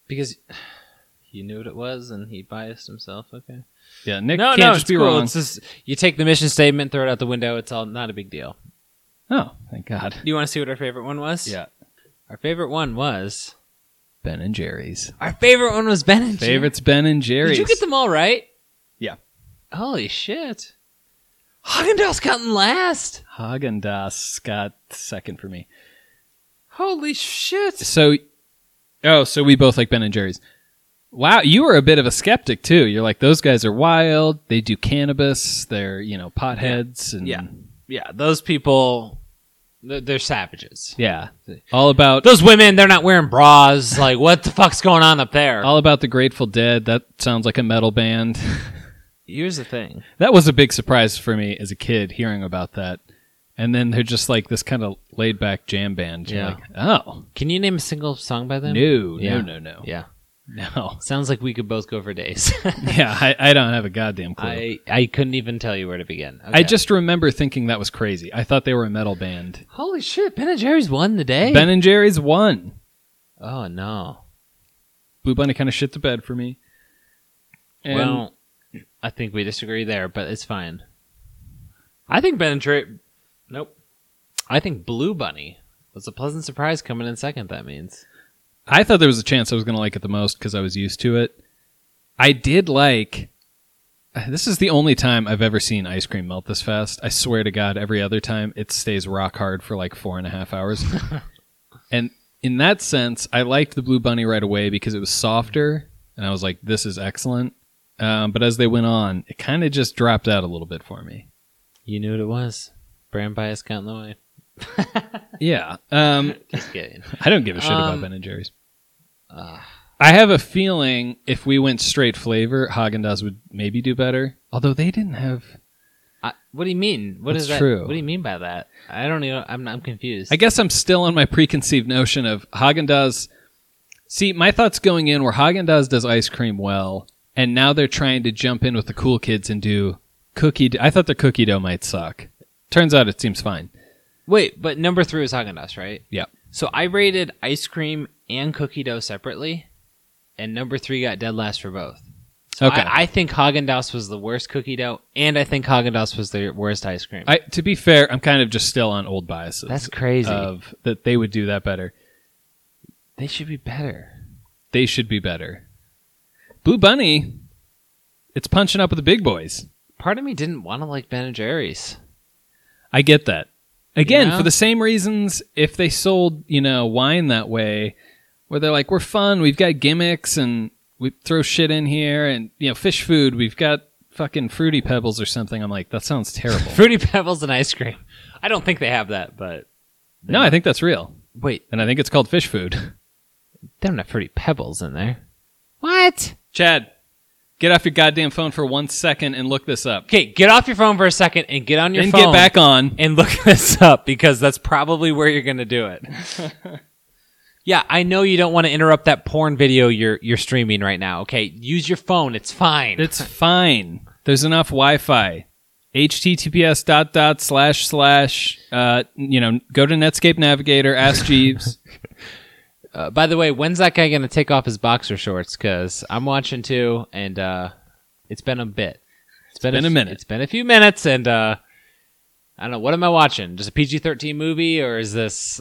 [SPEAKER 1] because [SIGHS] you knew what it was, and he biased himself. Okay.
[SPEAKER 2] Yeah, Nick
[SPEAKER 1] no,
[SPEAKER 2] can't
[SPEAKER 1] no,
[SPEAKER 2] just
[SPEAKER 1] it's
[SPEAKER 2] be
[SPEAKER 1] cool.
[SPEAKER 2] wrong.
[SPEAKER 1] It's just you take the mission statement, throw it out the window. It's all not a big deal.
[SPEAKER 2] Oh, thank God.
[SPEAKER 1] Do you want to see what our favorite one was?
[SPEAKER 2] Yeah,
[SPEAKER 1] Our favorite one was.
[SPEAKER 2] Ben and Jerry's.
[SPEAKER 1] Our favorite one was Ben and Jerry's.
[SPEAKER 2] Favorites Ben and Jerry's.
[SPEAKER 1] Did you get them all right?
[SPEAKER 2] Yeah.
[SPEAKER 1] Holy shit. Haagen Dazs got in last.
[SPEAKER 2] Hagen Dazs got second for me.
[SPEAKER 1] Holy shit.
[SPEAKER 2] So, oh, so we both like Ben and Jerry's. Wow, you were a bit of a skeptic too. You're like, those guys are wild. They do cannabis. They're you know potheads and
[SPEAKER 1] Yeah. Yeah, those people, they're, they're savages.
[SPEAKER 2] yeah, all about
[SPEAKER 1] Those women, they're not wearing bras. [LAUGHS] Like, what the fuck's going on up there?
[SPEAKER 2] all about the Grateful Dead. That sounds like a metal band. [LAUGHS]
[SPEAKER 1] Here's the thing.
[SPEAKER 2] that was a big surprise for me as a kid hearing about that. And then they're just like this kind of laid back jam band. You're
[SPEAKER 1] Yeah.
[SPEAKER 2] like, oh,
[SPEAKER 1] Can you name a single song by
[SPEAKER 2] no,
[SPEAKER 1] them?
[SPEAKER 2] no,
[SPEAKER 1] Yeah.
[SPEAKER 2] no, no,
[SPEAKER 1] Yeah.
[SPEAKER 2] no. [LAUGHS]
[SPEAKER 1] Sounds like we could both go for days. [LAUGHS]
[SPEAKER 2] yeah, I, I don't have a goddamn clue. I,
[SPEAKER 1] I, I couldn't even tell you where to begin. Okay.
[SPEAKER 2] just remember thinking that was crazy. I thought they were a metal band.
[SPEAKER 1] Holy shit, Ben and Jerry's won the day.
[SPEAKER 2] Ben and Jerry's won.
[SPEAKER 1] oh, no.
[SPEAKER 2] Blue Bunny kind of shit the bed for me. And
[SPEAKER 1] well, I think we disagree there, but it's fine. I think Ben and Jerry. Nope. I think Blue Bunny was a pleasant surprise coming in second. That means
[SPEAKER 2] I thought there was a chance I was going to like it the most because I was used to it. I did like. uh, This is the only time I've ever seen ice cream melt this fast. I swear to God, every other time it stays rock hard for like four and a half hours. and in that sense, I liked the Blue Bunny right away because it was softer, and I was like, "This is excellent." Um, but as they went on, it kind of just dropped out a little bit for me.
[SPEAKER 1] You knew what it was. Brand bias got in the way.
[SPEAKER 2] Yeah, um,
[SPEAKER 1] Just kidding.
[SPEAKER 2] I don't give a shit
[SPEAKER 1] Um,
[SPEAKER 2] about Ben and Jerry's. I have a feeling if we went straight flavor, Haagen Dazs would maybe do better. Although they didn't have,
[SPEAKER 1] [LAUGHS] I, what do you mean? What
[SPEAKER 2] That's
[SPEAKER 1] is that?
[SPEAKER 2] true.
[SPEAKER 1] What do you mean by that? I don't know. I'm, I'm confused.
[SPEAKER 2] I guess I'm still on my preconceived notion of Haagen Dazs. See, my thoughts going in were Haagen Dazs does ice cream well, and now they're trying to jump in with the cool kids and do cookie. d- I thought their cookie dough might suck. Turns out it seems fine.
[SPEAKER 1] Wait, but number three was Haagen Dazs, right?
[SPEAKER 2] Yeah.
[SPEAKER 1] So I rated ice cream and cookie dough separately, and number three got dead last for both. So
[SPEAKER 2] Okay.
[SPEAKER 1] I, I think Haagen Dazs was the worst cookie dough, and I think Haagen Dazs was the worst ice cream.
[SPEAKER 2] I to be fair, I'm kind of just still on old biases.
[SPEAKER 1] That's crazy.
[SPEAKER 2] Of that they would do that better.
[SPEAKER 1] Uh, they should be better.
[SPEAKER 2] They should be better. Blue Bunny, it's punching up with the big boys.
[SPEAKER 1] Part of me didn't want to like Ben and
[SPEAKER 2] [LAUGHS]
[SPEAKER 1] Jerry's.
[SPEAKER 2] I get that. Again,
[SPEAKER 1] You know?
[SPEAKER 2] for the same reasons, if they sold, you know, wine that way, where they're like, we're fun, we've got gimmicks, and we throw shit in here, and, you know, fish food, we've got fucking fruity pebbles or something. I'm like, that sounds
[SPEAKER 1] [LAUGHS]
[SPEAKER 2] terrible.
[SPEAKER 1] Fruity Pebbles and ice cream. I don't think they have that, but
[SPEAKER 2] no, I think that's real.
[SPEAKER 1] wait,
[SPEAKER 2] And I think it's called fish food. [LAUGHS]
[SPEAKER 1] they don't have Fruity Pebbles in there. What?
[SPEAKER 2] Chad, get off your goddamn phone for one second and look this up.
[SPEAKER 1] Okay, get off your phone for a second and get on your
[SPEAKER 2] Then
[SPEAKER 1] phone.
[SPEAKER 2] get back on.
[SPEAKER 1] and look [LAUGHS] this up because that's probably where you're going to do it.
[SPEAKER 2] [LAUGHS]
[SPEAKER 1] yeah, I know you don't want to interrupt that porn video you're you're streaming right now. Okay, use your phone. It's fine.
[SPEAKER 2] It's fine. There's enough Wi-Fi. HTTPS dot dot slash slash. Uh, you know, go to Netscape Navigator. Ask [LAUGHS] Jeeves.
[SPEAKER 1] Uh, by the way, when's that guy going to take off his boxer shorts? Because I'm watching too, and uh, it's been a bit. It's been,
[SPEAKER 2] been a
[SPEAKER 1] f-
[SPEAKER 2] minute.
[SPEAKER 1] It's been a few minutes, and uh, I don't know. What am I watching? Just a PG-13 movie, or is this?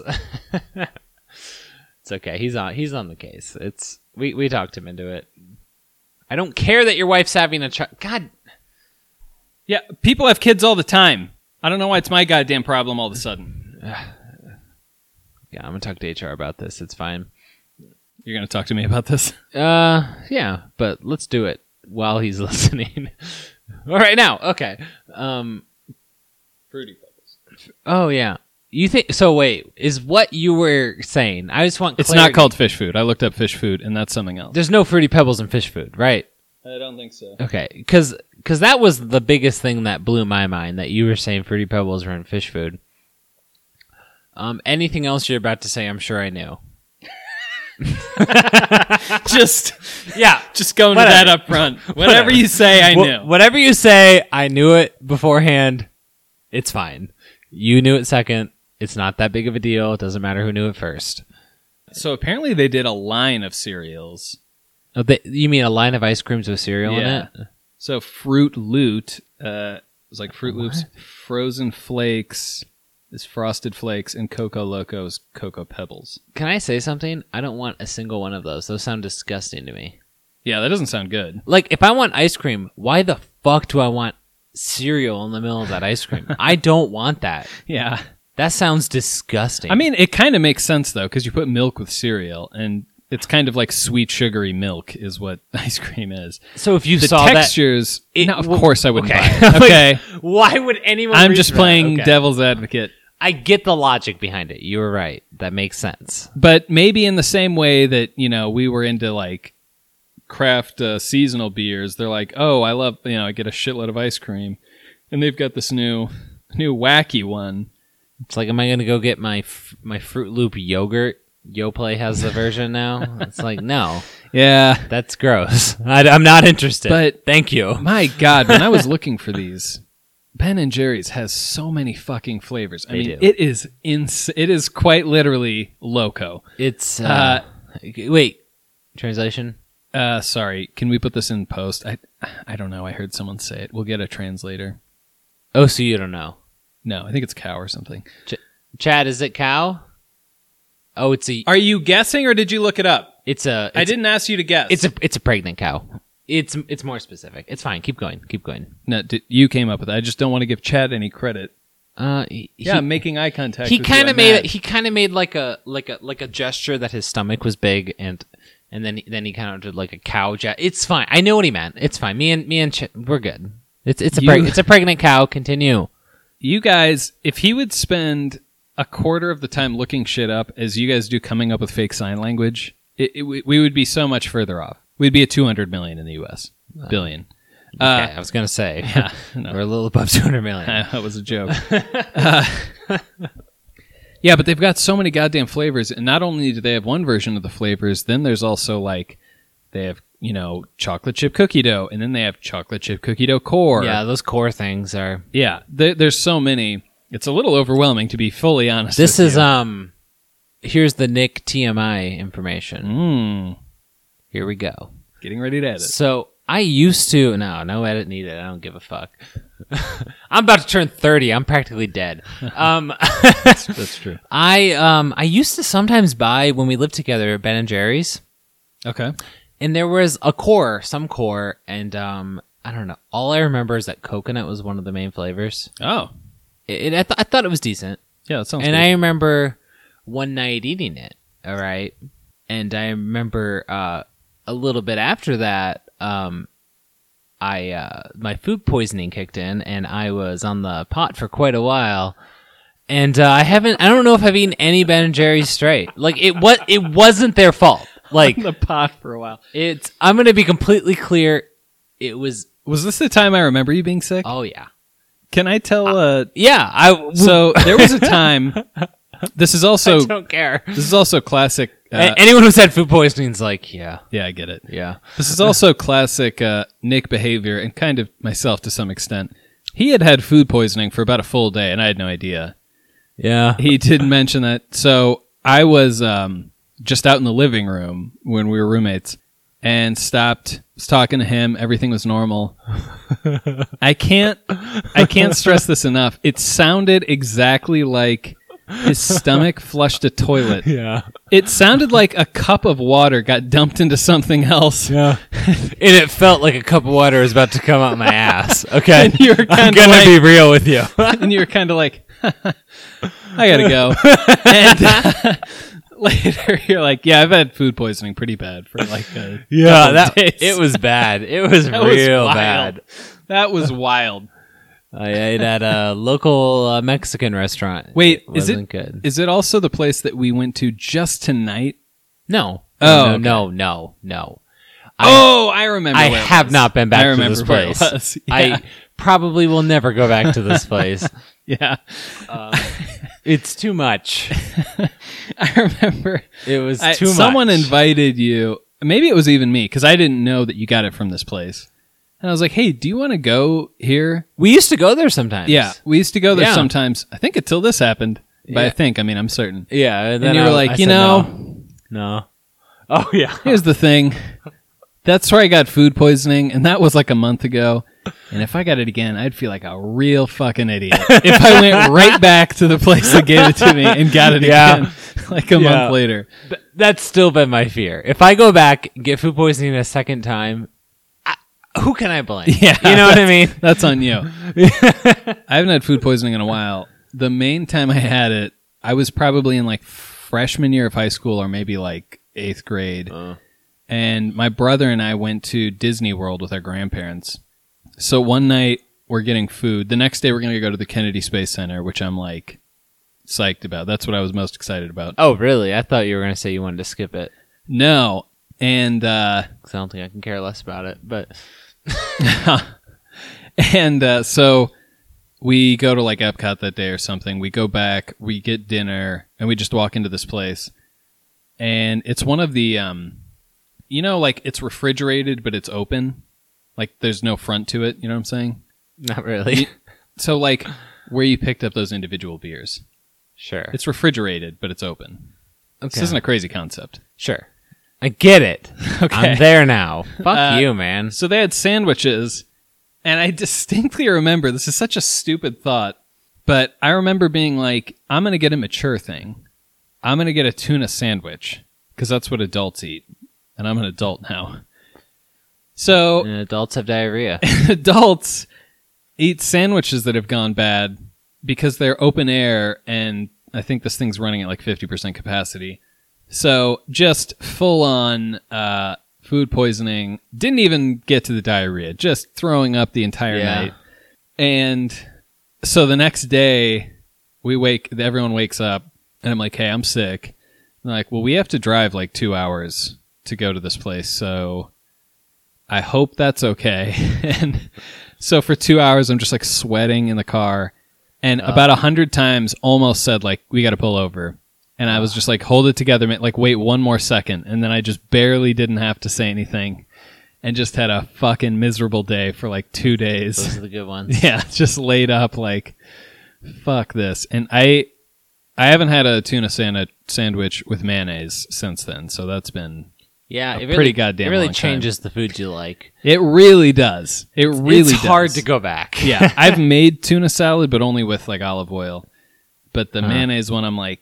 [SPEAKER 1] [LAUGHS] it's okay. He's on. He's on the case. It's we we talked him into it. I don't care that your wife's having a child. God,
[SPEAKER 2] yeah, people have kids all the time. I don't know why it's my goddamn problem all of a sudden.
[SPEAKER 1] yeah, I'm gonna talk to HR about this. It's fine.
[SPEAKER 2] You're gonna talk to me about this.
[SPEAKER 1] Uh, yeah, but let's do it while he's [LAUGHS] listening. All right, now, okay. Um,
[SPEAKER 2] Fruity Pebbles.
[SPEAKER 1] Oh yeah. You think so? Wait, is what you were saying? I just want.
[SPEAKER 2] It's
[SPEAKER 1] clarity.
[SPEAKER 2] not called fish food. I looked up fish food, and that's something else.
[SPEAKER 1] There's no fruity pebbles in fish food, right?
[SPEAKER 2] I don't think so.
[SPEAKER 1] Okay, because that was the biggest thing that blew my mind that you were saying fruity pebbles were in fish food. Um, anything else you're about to say? I'm sure I knew.
[SPEAKER 2] [LAUGHS] just,
[SPEAKER 1] Yeah.
[SPEAKER 2] just going to
[SPEAKER 1] Whatever.
[SPEAKER 2] that
[SPEAKER 1] [LAUGHS]
[SPEAKER 2] up front. Whatever,
[SPEAKER 1] Whatever.
[SPEAKER 2] you say, I
[SPEAKER 1] Wh-
[SPEAKER 2] knew.
[SPEAKER 1] Whatever you say, I knew it beforehand. It's fine. You knew it second. It's not that big of a deal. It doesn't matter who knew it first.
[SPEAKER 2] So apparently they did a line of cereals.
[SPEAKER 1] Oh, they, you mean a line of ice creams with cereal
[SPEAKER 2] Yeah.
[SPEAKER 1] in it?
[SPEAKER 2] So Fruit Loot uh, was like Fruit Loops, Frozen Flakes is Frosted Flakes, and Coco Loco is Cocoa Pebbles.
[SPEAKER 1] Can I say something? I don't want a single one of those. Those sound disgusting to me.
[SPEAKER 2] Yeah, that doesn't sound good.
[SPEAKER 1] Like, if I want ice cream, why the fuck do I want cereal in the middle of that ice cream? I don't want that.
[SPEAKER 2] Yeah,
[SPEAKER 1] That sounds disgusting.
[SPEAKER 2] I mean it kind of makes sense though because you put milk with cereal, and it's kind of like sweet sugary milk is what [LAUGHS] ice cream is.
[SPEAKER 1] so if you
[SPEAKER 2] The
[SPEAKER 1] saw
[SPEAKER 2] textures.
[SPEAKER 1] It
[SPEAKER 2] no, of
[SPEAKER 1] will-
[SPEAKER 2] course I
[SPEAKER 1] [LAUGHS]
[SPEAKER 2] wouldn't
[SPEAKER 1] Okay.
[SPEAKER 2] buy it. Okay,
[SPEAKER 1] that, why would anyone?
[SPEAKER 2] I'm
[SPEAKER 1] reach
[SPEAKER 2] just
[SPEAKER 1] for that?
[SPEAKER 2] playing
[SPEAKER 1] Okay.
[SPEAKER 2] devil's advocate.
[SPEAKER 1] I get the logic behind it. You were right. That makes sense.
[SPEAKER 2] but maybe in the same way that you know we were into like craft uh, seasonal beers they're like oh i love you know i get a shitload of ice cream and they've got this new new wacky one
[SPEAKER 1] It's like, am I going to go get my f- my Fruit Loop yogurt? YoPlay has the version now. It's like, no,
[SPEAKER 2] yeah
[SPEAKER 1] that's gross. [LAUGHS] I, I'm not interested.
[SPEAKER 2] But-
[SPEAKER 1] thank you.
[SPEAKER 2] my god when i was looking for these ben and jerry's has so many fucking flavors i
[SPEAKER 1] They do.
[SPEAKER 2] mean it is ins- it is quite literally loco
[SPEAKER 1] It's uh,
[SPEAKER 2] Uh,
[SPEAKER 1] wait, translation.
[SPEAKER 2] uh sorry can we put this in post i i don't know i heard someone say it we'll get a translator
[SPEAKER 1] Oh, so you don't know.
[SPEAKER 2] no i think it's cow or something
[SPEAKER 1] Chad, is it cow? Oh, it's a
[SPEAKER 2] are you guessing or did you look it up
[SPEAKER 1] it's a it's,
[SPEAKER 2] I didn't ask you to guess.
[SPEAKER 1] it's a it's a pregnant cow. It's it's more specific. It's fine. Keep going. Keep going.
[SPEAKER 2] no, d- you came up with it. I just don't want to give Chad any credit.
[SPEAKER 1] Uh, he,
[SPEAKER 3] yeah, making eye contact.
[SPEAKER 1] he
[SPEAKER 3] with
[SPEAKER 1] kind
[SPEAKER 3] you,
[SPEAKER 1] of
[SPEAKER 3] I'm
[SPEAKER 1] made
[SPEAKER 3] mad.
[SPEAKER 1] he kind of made like a like a like a gesture that his stomach was big and and then then he kind of did like a cow jet. It's fine. I know what he meant. It's fine. Me and me and Ch- we're good. It's it's a
[SPEAKER 2] You-
[SPEAKER 1] preg- it's a pregnant cow. Continue. Uh,
[SPEAKER 2] You guys, if he would spend a quarter of the time looking shit up as you guys do coming up with fake sign language, it, it, we we would be so much further off. We'd be at 200 million in the US. Billion. Uh,
[SPEAKER 1] okay, I was gonna say [LAUGHS] we're a little above two hundred million.
[SPEAKER 2] that was a joke. [LAUGHS] Uh, yeah, but they've got so many goddamn flavors, and not only do they have one version of the flavors, then there's also like they have you know chocolate chip cookie dough, and then they have chocolate chip cookie dough core.
[SPEAKER 1] yeah, those core things are.
[SPEAKER 2] yeah. There, there's so many. It's a little overwhelming to be fully honest.
[SPEAKER 1] This
[SPEAKER 2] with
[SPEAKER 1] is
[SPEAKER 2] you.
[SPEAKER 1] um. Here's the Nick TMI information.
[SPEAKER 2] Mm,
[SPEAKER 1] Here we go.
[SPEAKER 2] getting ready to edit.
[SPEAKER 1] So I used to no, no edit needed. I don't give a fuck. [LAUGHS] I'm about to turn 30. I'm practically [LAUGHS] dead. Um,
[SPEAKER 2] [LAUGHS] That's true.
[SPEAKER 1] I um I used to sometimes buy when we lived together Ben and Jerry's,
[SPEAKER 2] Okay.
[SPEAKER 1] and there was a core, some core, and um I don't know. All I remember is that coconut was one of the main flavors.
[SPEAKER 2] Oh,
[SPEAKER 1] It, it- I, th- I thought it was decent,
[SPEAKER 2] yeah. That sounds.
[SPEAKER 1] and
[SPEAKER 2] good.
[SPEAKER 1] I remember one night eating it. All right, and I remember uh, a little bit after that, um, I uh, my food poisoning kicked in, and I was on the pot for quite a while. And uh, I haven't. I don't know if I've eaten any Ben and Jerry's straight. Like it was. It wasn't their fault.
[SPEAKER 2] [LAUGHS]
[SPEAKER 1] Like
[SPEAKER 2] the pot for a while.
[SPEAKER 1] it's. I'm gonna be completely clear. It was.
[SPEAKER 2] Was this the time I remember you being sick?
[SPEAKER 1] Oh yeah.
[SPEAKER 2] Can I tell? Uh,
[SPEAKER 1] Yeah. I.
[SPEAKER 2] so [LAUGHS] there was a time. This is [LAUGHS] also
[SPEAKER 1] I don't care.
[SPEAKER 2] This is also classic. Uh,
[SPEAKER 1] A- anyone who's had food poisoning's like, yeah,
[SPEAKER 2] yeah, I get it.
[SPEAKER 1] yeah.
[SPEAKER 2] This is also classic uh, Nick behavior and kind of myself to some extent. He had had food poisoning for about a full day, and I had no idea.
[SPEAKER 1] Yeah.
[SPEAKER 2] He did [LAUGHS] mention that. So I was um, just out in the living room when we were roommates and stopped was talking to him everything was normal i can't i can't stress this enough it sounded exactly like his stomach flushed a toilet
[SPEAKER 1] Yeah.
[SPEAKER 2] It sounded like a cup of water got dumped into something else. [LAUGHS]
[SPEAKER 1] Yeah. [LAUGHS] and it felt like a cup of water was about to come out my
[SPEAKER 2] [LAUGHS]
[SPEAKER 1] ass. Okay.
[SPEAKER 2] And you're
[SPEAKER 1] I'm
[SPEAKER 2] kind of
[SPEAKER 1] going
[SPEAKER 2] like,
[SPEAKER 1] to be real with you.
[SPEAKER 2] and you're kind of like, [LAUGHS] I gotta go. and [LAUGHS] uh, later, you're like, yeah, I've had food poisoning pretty bad for like a
[SPEAKER 1] yeah. That,
[SPEAKER 2] [LAUGHS] days.
[SPEAKER 1] it was bad. It was
[SPEAKER 2] [LAUGHS] that was
[SPEAKER 1] real
[SPEAKER 2] wild.
[SPEAKER 1] bad. [LAUGHS]
[SPEAKER 2] That was wild.
[SPEAKER 1] I ate at a local uh, Mexican restaurant.
[SPEAKER 2] Wait,
[SPEAKER 1] it
[SPEAKER 2] is it-
[SPEAKER 1] wasn't good?
[SPEAKER 2] Is it also the place that we went to just tonight?
[SPEAKER 1] No.
[SPEAKER 2] Oh,
[SPEAKER 1] no,
[SPEAKER 2] okay.
[SPEAKER 1] no, no, no.
[SPEAKER 2] oh, I remember.
[SPEAKER 1] I
[SPEAKER 2] where it
[SPEAKER 1] have
[SPEAKER 2] was.
[SPEAKER 1] not been back
[SPEAKER 2] I
[SPEAKER 1] to
[SPEAKER 2] remember
[SPEAKER 1] this
[SPEAKER 2] where it
[SPEAKER 1] place.
[SPEAKER 2] was. [LAUGHS] Yeah.
[SPEAKER 1] I probably will never go back to
[SPEAKER 2] [LAUGHS]
[SPEAKER 1] this place.
[SPEAKER 2] yeah. [LAUGHS]
[SPEAKER 1] it's too much.
[SPEAKER 2] I remember.
[SPEAKER 1] It was
[SPEAKER 2] I-
[SPEAKER 1] too
[SPEAKER 2] someone
[SPEAKER 1] much.
[SPEAKER 2] invited you. Maybe it was even me because I didn't know that you got it from this place. And I was like, "Hey, do you want to go here?"
[SPEAKER 1] we used to go there sometimes.
[SPEAKER 2] Yeah, we used to go there
[SPEAKER 1] Yeah.
[SPEAKER 2] sometimes. I think until this happened, but I
[SPEAKER 1] Yeah.
[SPEAKER 2] think I mean I'm certain.
[SPEAKER 1] Yeah. And, then
[SPEAKER 2] and you were
[SPEAKER 1] I-
[SPEAKER 2] like,
[SPEAKER 1] I
[SPEAKER 2] "You
[SPEAKER 1] said
[SPEAKER 2] know,
[SPEAKER 1] no. No. [LAUGHS] Oh yeah.
[SPEAKER 2] here's the thing. That's where I got food poisoning, and that was like a month ago. And if I got it again, I'd feel like a real fucking idiot if I went right back to the place that gave it to me and got
[SPEAKER 1] [LAUGHS]
[SPEAKER 2] it
[SPEAKER 1] Yeah.
[SPEAKER 2] again [LAUGHS] like a
[SPEAKER 1] Yeah.
[SPEAKER 2] month later.
[SPEAKER 1] That's still been my fear. If I go back, get food poisoning a second time, I, who can I [LAUGHS] blame?
[SPEAKER 2] Yeah.
[SPEAKER 1] You know what I mean?
[SPEAKER 2] That's on you. I haven't had food poisoning in a while. The main time I had it, I was probably in like freshman year of high school or maybe like eighth grade. And my brother and I went to Disney World with our grandparents. So one night we're getting food. The next day we're going to go to the Kennedy Space Center, which I'm like psyched about. That's what I was most excited about.
[SPEAKER 1] [LAUGHS] Oh, really? I thought you were going to say you wanted to skip it
[SPEAKER 2] No. And, uh,
[SPEAKER 1] because I don't think I can care less about it. But
[SPEAKER 2] [LAUGHS] and uh, so we go to like Epcot that day or something. We go back, we get dinner, and we just walk into this place. And it's one of the, um, you know, like it's refrigerated, but it's open. Like there's no front to it. You know what I'm saying?
[SPEAKER 1] not really.
[SPEAKER 2] So, like where you picked up those individual beers,
[SPEAKER 1] [LAUGHS] sure.
[SPEAKER 2] it's refrigerated, but it's open. This isn't a crazy concept. [LAUGHS]
[SPEAKER 1] sure. I get [LAUGHS] it.
[SPEAKER 2] Okay.
[SPEAKER 1] I'm there now. Fuck
[SPEAKER 2] Uh,
[SPEAKER 1] you, man.
[SPEAKER 2] So they had sandwiches, and I [LAUGHS] distinctly remember this is such a stupid thought, but I remember being like, I'm going to get a mature thing. I'm going to get a tuna sandwich because that's what adults eat. And I'm an adult now. So
[SPEAKER 1] And [LAUGHS]
[SPEAKER 2] [LAUGHS]
[SPEAKER 1] adults have diarrhea.
[SPEAKER 2] adults eat sandwiches that have gone bad because they're open air and I think this thing's running at like 50% capacity. So just full on uh, food poisoning. Didn't even get to the diarrhea, just throwing up the entire
[SPEAKER 1] Yeah.
[SPEAKER 2] night. And so the next day, we wake, everyone wakes up, and I'm like, hey, I'm sick. And they're like, well, we have to drive like two hours to go to this place. So I hope that's okay. [LAUGHS] and so for two hours, I'm just like sweating in the car. And about a hundred times almost said, like, we got to pull over. And I was just like, hold it together, man. Like, wait one more second. And then I just barely didn't have to say anything and just had a fucking miserable day for like two days.
[SPEAKER 1] Those are the good [LAUGHS] ones.
[SPEAKER 2] [LAUGHS] Yeah, just laid up like fuck this. And I I haven't had a tuna sand- sandwich with mayonnaise since then, so that's been
[SPEAKER 1] Yeah,
[SPEAKER 2] A
[SPEAKER 1] it really,
[SPEAKER 2] pretty goddamn
[SPEAKER 1] It really
[SPEAKER 2] long time.
[SPEAKER 1] changes the food you like.
[SPEAKER 2] it really does. It really
[SPEAKER 1] it's hard
[SPEAKER 2] does.
[SPEAKER 1] to go back.
[SPEAKER 2] yeah, I've made tuna salad but only with like olive oil. But
[SPEAKER 1] Uh-huh.
[SPEAKER 2] the mayonnaise one I'm like